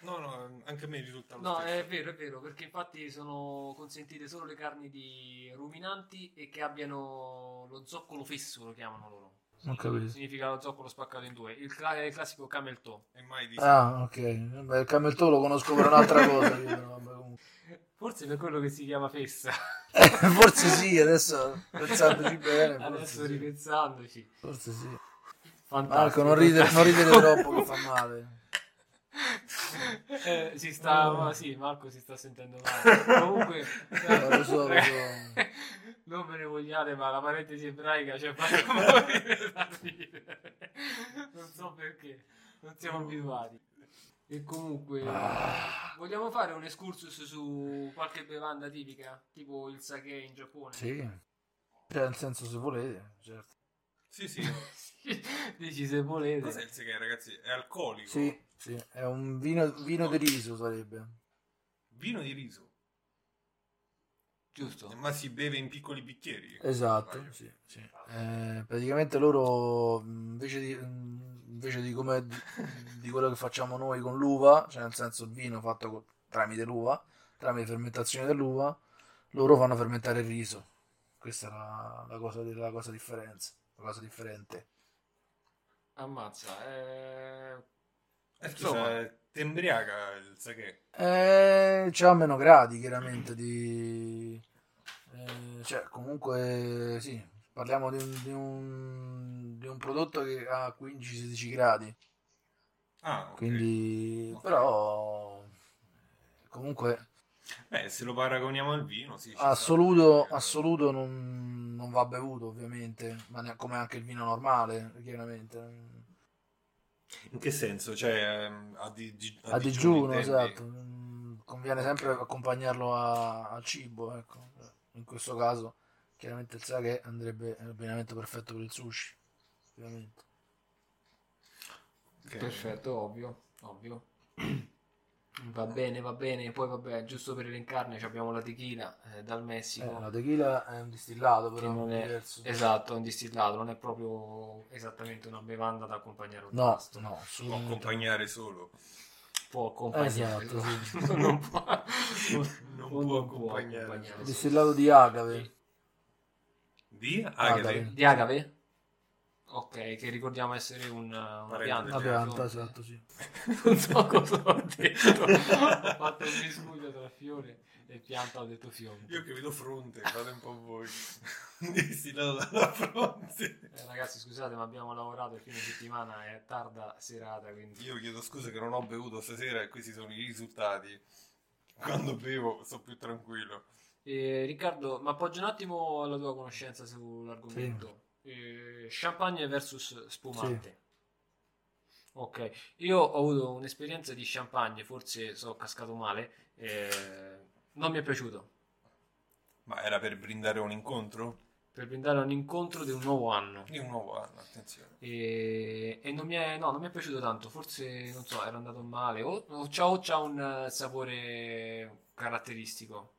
B: No, no, anche a me risulta lo
A: No,
B: stesso.
A: è vero, è vero, perché infatti sono consentite solo le carni di ruminanti e che abbiano lo zoccolo fesso, lo chiamano loro.
C: Non capisco.
A: Significa lo zoccolo spaccato in due, il, cla- il classico camel toe.
B: E mai di
C: Ah, ok. Vabbè, il camelto lo conosco per un'altra cosa. io, però, vabbè, comunque.
A: Forse per quello che si chiama fessa.
C: forse sì, adesso pensandoci bene, forse
A: Adesso
C: sì.
A: ripensandoci.
C: Forse sì. Marco,
A: Fantastico.
C: non ridere, non ridere
A: fantastico.
C: troppo che fa male.
A: Eh, si sta, ma sì, Marco si sta sentendo male. Comunque,
C: Eh, lo so, lo so.
A: non me ne vogliate, ma la parentesi ebraica c'è fa morire da ridere. Non so perché, non siamo
C: Mm.
A: abituati. E comunque,
C: Ah.
A: vogliamo fare un excursus su qualche bevanda tipica, tipo il sake in Giappone?
C: Sì. Cioè, nel senso, se volete, certo.
B: Sì, sì.
A: Dici se volete.
B: Cos'è il segreto, ragazzi? È alcolico.
C: Sì, sì, è un vino, vino di riso sarebbe.
B: Vino di riso.
A: Giusto.
B: Ma si beve in piccoli bicchieri. ecco,
C: Esatto,
B: Sbaglio.
C: sì, sì. Eh, praticamente loro mh, invece di, mh, invece di come di, di quello che facciamo noi con l'uva, cioè nel senso il vino fatto co- tramite l'uva, tramite fermentazione dell'uva, loro fanno fermentare il riso. Questa è la, la cosa, la cosa differenza, la cosa differente.
A: Ammazza. eh,
B: Eh,
A: Insomma.
B: scusa, tembriaca il sake.
C: Eh, c'ha meno gradi chiaramente di... eh, cioè comunque sì, parliamo di un, di un- di un prodotto che ha 15-16 gradi.
B: Ah, ok.
C: quindi
B: Ok.
C: però comunque
B: Beh, se lo paragoniamo al vino, sì. ci sta.
C: assoluto,
B: Eh,
C: assoluto non, non va bevuto ovviamente ma ne- come anche il vino normale chiaramente
B: In che senso? Cioè, ehm, a, di- di-
C: a digiuno
B: intendi?
C: esatto Mm, conviene sempre accompagnarlo a, al cibo ecco in questo caso chiaramente il sake andrebbe è l'abbinamento perfetto per il sushi ovviamente
B: Ok.
A: Perfetto, ovvio, ovvio. Va bene, va bene. Poi vabbè, giusto per elencarne ci abbiamo la tequila eh, dal
C: Eh, la
A: Messico.
C: tequila è un distillato
A: che
C: però
A: non è
C: diverso
A: esatto, è un distillato, non è proprio esattamente una bevanda da accompagnare a un
C: no
A: pasto.
C: no
B: Può
C: assolutamente no.
B: accompagnare solo.
A: Può accompagnare,
C: Esatto, sì.
A: non può,
B: Non
A: non
B: può
A: non può
B: accompagnare.
A: accompagnare.
C: distillato di agave
B: Di
C: Agave.
B: agave.
A: Di agave? Ok, che ricordiamo essere un- una,
B: Parente
A: pianta.
C: Una
B: Esatto.
C: pianta, esatto, sì.
A: Non so cosa ho detto. ho fatto un miscuglio tra fiore e pianta, ho detto fiore.
B: Io che vedo fronte, fate un po' voi. Distillato dalla fronte.
A: Eh, ragazzi, scusate, ma abbiamo lavorato il fine settimana, è tarda serata, quindi
B: Io chiedo scusa che non ho bevuto stasera e questi sono i risultati. Quando bevo sto più tranquillo.
A: Eh, Riccardo, ma appoggio un attimo la tua conoscenza sull'argomento. Eh, champagne versus spumante. Ok, io ho avuto un'esperienza di champagne, forse sono cascato male, eh, Non mi è piaciuto.
B: Ma era per brindare un incontro?
A: Per brindare a un incontro di un nuovo anno.
B: Di un nuovo anno, attenzione.
A: E, e non, mi è, no, non mi è piaciuto tanto. Forse non so, era andato male. O, o c'ha, o c'ha un eh, sapore caratteristico.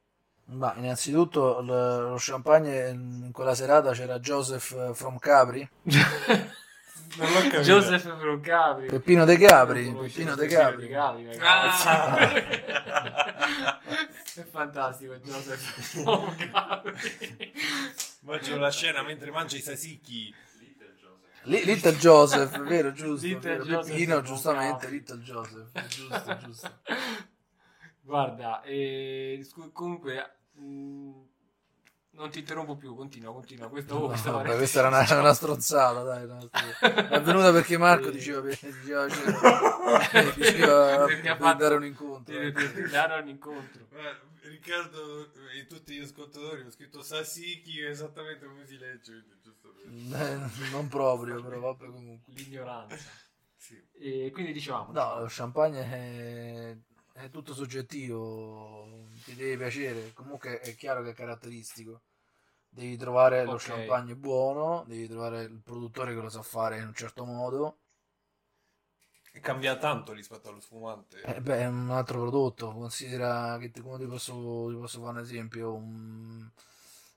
C: Ma innanzitutto l- lo champagne in quella serata c'era Joseph eh, from Capri,
B: Non l'ho capito.
A: Joseph Pro Capri.
C: Peppino De Capri,
A: Non conosci
C: Peppino De
A: Peppino
C: Capri.
A: ragazzi.
B: Ah!
A: è fantastico Joseph Pro Capri.
B: Immagino la scena mentre mangia i sasicchi.
D: Little Joseph.
C: Li- Little Joseph, vero, giusto,
A: Little
C: vero,
A: Joseph
C: Peppino,
A: from
C: giustamente,
A: Capri.
C: Little Joseph, giusto, giusto.
A: Guarda, eh, scu- comunque mh, non ti interrompo più, continua, continua. Questo,
C: No,
A: Oh, questa
C: vabbè,
A: parentesi.
C: questa era una, una strozzata, dai, era una strozzata. è venuta perché Marco diceva, per- diceva, cioè, diceva
A: Perché ha
C: per
A: fatto-
C: dare un incontro.
A: Deve
C: eh.
A: per dare un incontro.
B: Ma, Riccardo e tutti gli ascoltatori ho scritto sasicchi esattamente come si legge. quindi giusto per-
C: Eh, Non proprio, però vabbè comunque.
A: L'ignoranza.
B: Sì.
A: E quindi dicevamo, diciamo,
C: No, lo champagne è, è tutto soggettivo, ti deve piacere, comunque è chiaro che è caratteristico. Devi trovare lo
A: Ok.
C: champagne buono, devi trovare il produttore che lo sa fare in un certo modo.
B: E Cambia tanto rispetto allo sfumante.
C: Eh beh, è un altro prodotto, considera che ti- come ti posso, ti posso fare un esempio, un,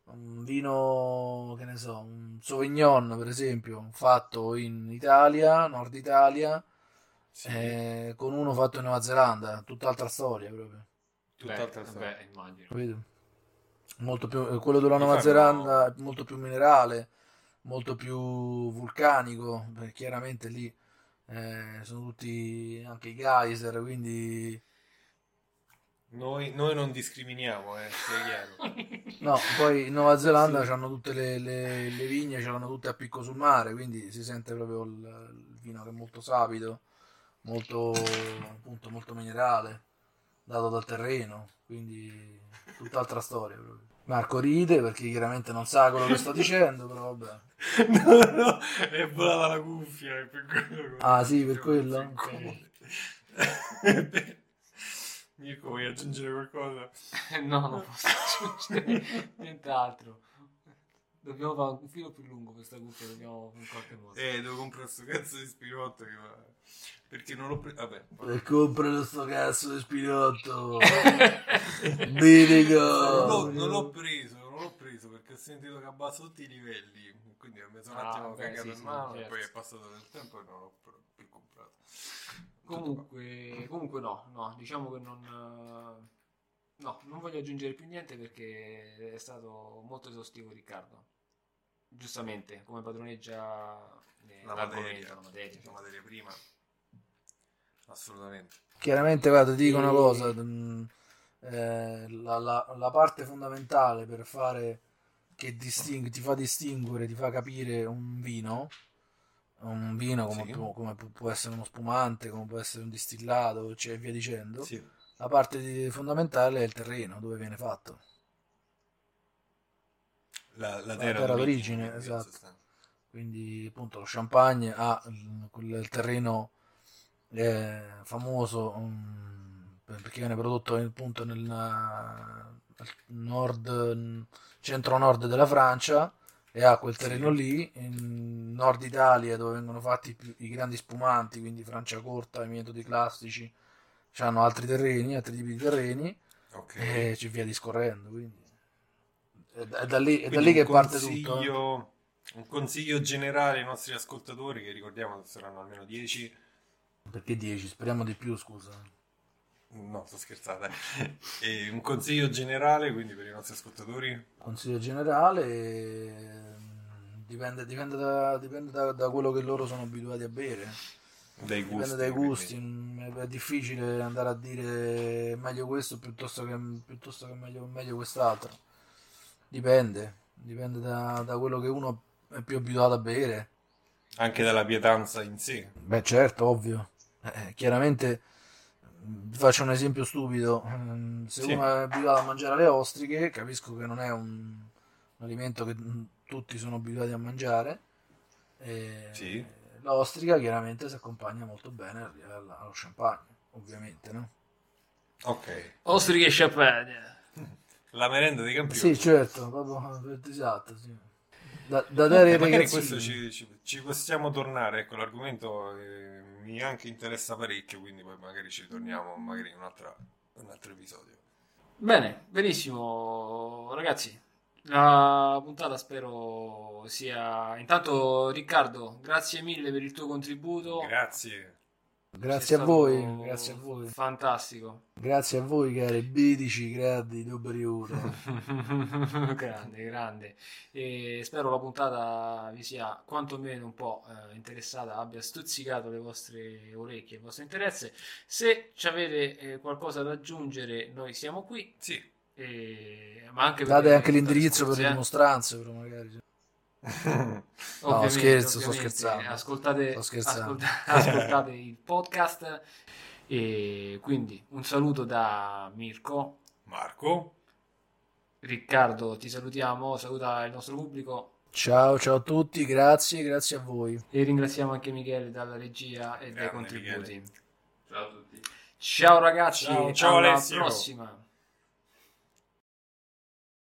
C: un vino, che ne so, un Sauvignon per esempio, fatto in Italia, Nord Italia,
B: Sì,
C: eh, con uno fatto in Nuova Zelanda, tutt'altra storia proprio.
B: tutt'altra
A: eh, beh,
B: storia.
A: vabbè, immagino.
C: Capito? Molto più, eh, quello della
B: Mi
C: Nuova
B: fanno-
C: Zelanda è molto più minerale, molto più vulcanico, perché chiaramente lì eh, sono tutti anche i geyser, quindi
B: Noi, noi non discriminiamo, eh, sia chiaro.
C: no, poi in Nuova Zelanda
B: Sì.
C: hanno tutte le, le- le vigne, ce l'hanno tutte a picco sul mare, quindi si sente proprio il, il vino che è molto sapido, molto, appunto, molto minerale, dato dal terreno, quindi tutt'altra storia proprio. Marco ride perché chiaramente non sa quello che sto dicendo, però vabbè.
B: no, no, è volata la cuffia. è per quello che-
C: Ah, sì, per quello?
B: Per quello. Mirko, vuoi aggiungere qualcosa?
A: No, non posso aggiungere nient'altro. Dobbiamo fare un filo più lungo questa cuffia, dobbiamo in qualche modo.
B: Eh, devo comprare sto cazzo di spirotto che va... Perché non l'ho preso... Vabbè.
C: E comprano sto cazzo di spinotto. Birigo.
B: Non l'ho, non l'ho preso, non l'ho preso perché ho sentito che abbassa tutti i livelli. Quindi mi sono un
A: Ah,
B: attimo
A: beh,
B: cagato
A: sì,
B: in
A: sì,
B: mano e
A: certo.
B: poi è passato del tempo e non l'ho pr- più comprato.
A: Comunque, comunque no, no, diciamo che non... eh, No, non voglio aggiungere più niente perché è stato molto esaustivo Riccardo. Giustamente, come padroneggia eh,
B: La
A: l'argomento,
B: materia,
A: la materia.
B: la materia prima. Assolutamente.
C: Chiaramente, guarda, ti dico
A: E-
C: una cosa. mh, eh, la, la- la parte fondamentale per fare che distingue, ti fa distinguere, ti fa capire un vino, un vino come,
B: Sì.
C: pu- come pu- può essere uno spumante, come può essere un distillato, cioè, e via dicendo.
B: Sì.
C: La parte di- fondamentale è il terreno dove viene fatto.
B: La, la
C: terra d'origine,
B: quindi, in
C: esatto.
B: sostanza.
C: quindi appunto lo champagne ha il, quel terreno eh, famoso mm, per- perché viene prodotto in- appunto nel, nel nord centro nord della Francia e ha quel terreno lì in nord Italia dove vengono fatti i più- i grandi spumanti quindi Francia corta, i metodi classici hanno altri terreni, altri tipi di terreni
B: Ok.
C: e ci via discorrendo quindi è da, è da lì, è da
B: Quindi
C: lì che
B: un
C: parte tutto eh.
B: consiglio- Un consiglio generale ai nostri ascoltatori, che ricordiamo saranno almeno 10,
C: Perché 10? Speriamo di più, scusa.
B: no, sto scherzando, eh. E un consiglio generale quindi per i nostri ascoltatori,
C: Consiglio generale, ehm, dipende, dipende, da, dipende da, da quello che loro sono abituati a bere.
B: dai gusti.
C: Dipende dai
B: quindi.
C: gusti, mm, è difficile andare a dire meglio questo piuttosto che, piuttosto che meglio, meglio quest'altro. Dipende, dipende da, da quello che uno è più abituato a bere.
B: Anche dalla pietanza in sé.
C: Beh, certo, ovvio. Eh, chiaramente, mh, vi faccio un esempio stupido. Ehm, Se
B: Sì.
C: uno è abituato a mangiare le ostriche, capisco che non è un, un alimento che mh, tutti sono abituati a mangiare. Eh,
B: Sì.
C: L'ostrica chiaramente si accompagna molto bene al- al- allo champagne, ovviamente, no?
B: Ok.
A: Ostriche e champagne.
B: la merenda dei campioni.
C: Sì, certo, proprio, esatto, sì. Da, da dare ai
B: Eh, magari
C: ragazzini.
B: questo ci, ci- ci possiamo tornare, ecco, l'argomento eh, mi anche interessa parecchio, quindi poi magari ci ritorniamo magari in un'altra- un altro episodio.
A: Bene, benissimo, ragazzi. La puntata spero sia. Intanto, Riccardo, grazie mille per il tuo contributo.
B: Grazie.
C: Grazie
A: Sei
C: a voi,
A: stato
C: grazie a voi.
A: Fantastico.
C: Grazie a voi, cari bidici gradi dobbri ora.
A: grande, grande. E spero la puntata vi sia quantomeno un po' eh, interessata, abbia stuzzicato le vostre orecchie, il vostro interesse. Se ci avete eh, qualcosa da aggiungere, noi siamo qui.
B: Sì.
A: E- ma anche per
C: Date
A: le-
C: anche l'indirizzo per
A: scusi,
C: le
A: eh.
C: dimostranze, però magari. cioè. No,
A: Ovviamente,
C: scherzo,
A: ovviamente.
C: sto
A: eh,
C: scherzando.
A: Ascoltate,
C: Sto scherzando.
A: ascolta- ascoltate il podcast. E quindi un saluto da Mirko.
B: Marco,
A: Riccardo, ti salutiamo, saluta il nostro pubblico
C: Ciao, ciao a tutti, grazie, grazie a voi.
A: e ringraziamo anche Michele dalla regia e dai
B: Grande,
A: contributi.
D: Ciao a tutti.
A: Ciao ragazzi,
B: Ciao, ciao,
A: alla
B: Alessio.
A: prossima.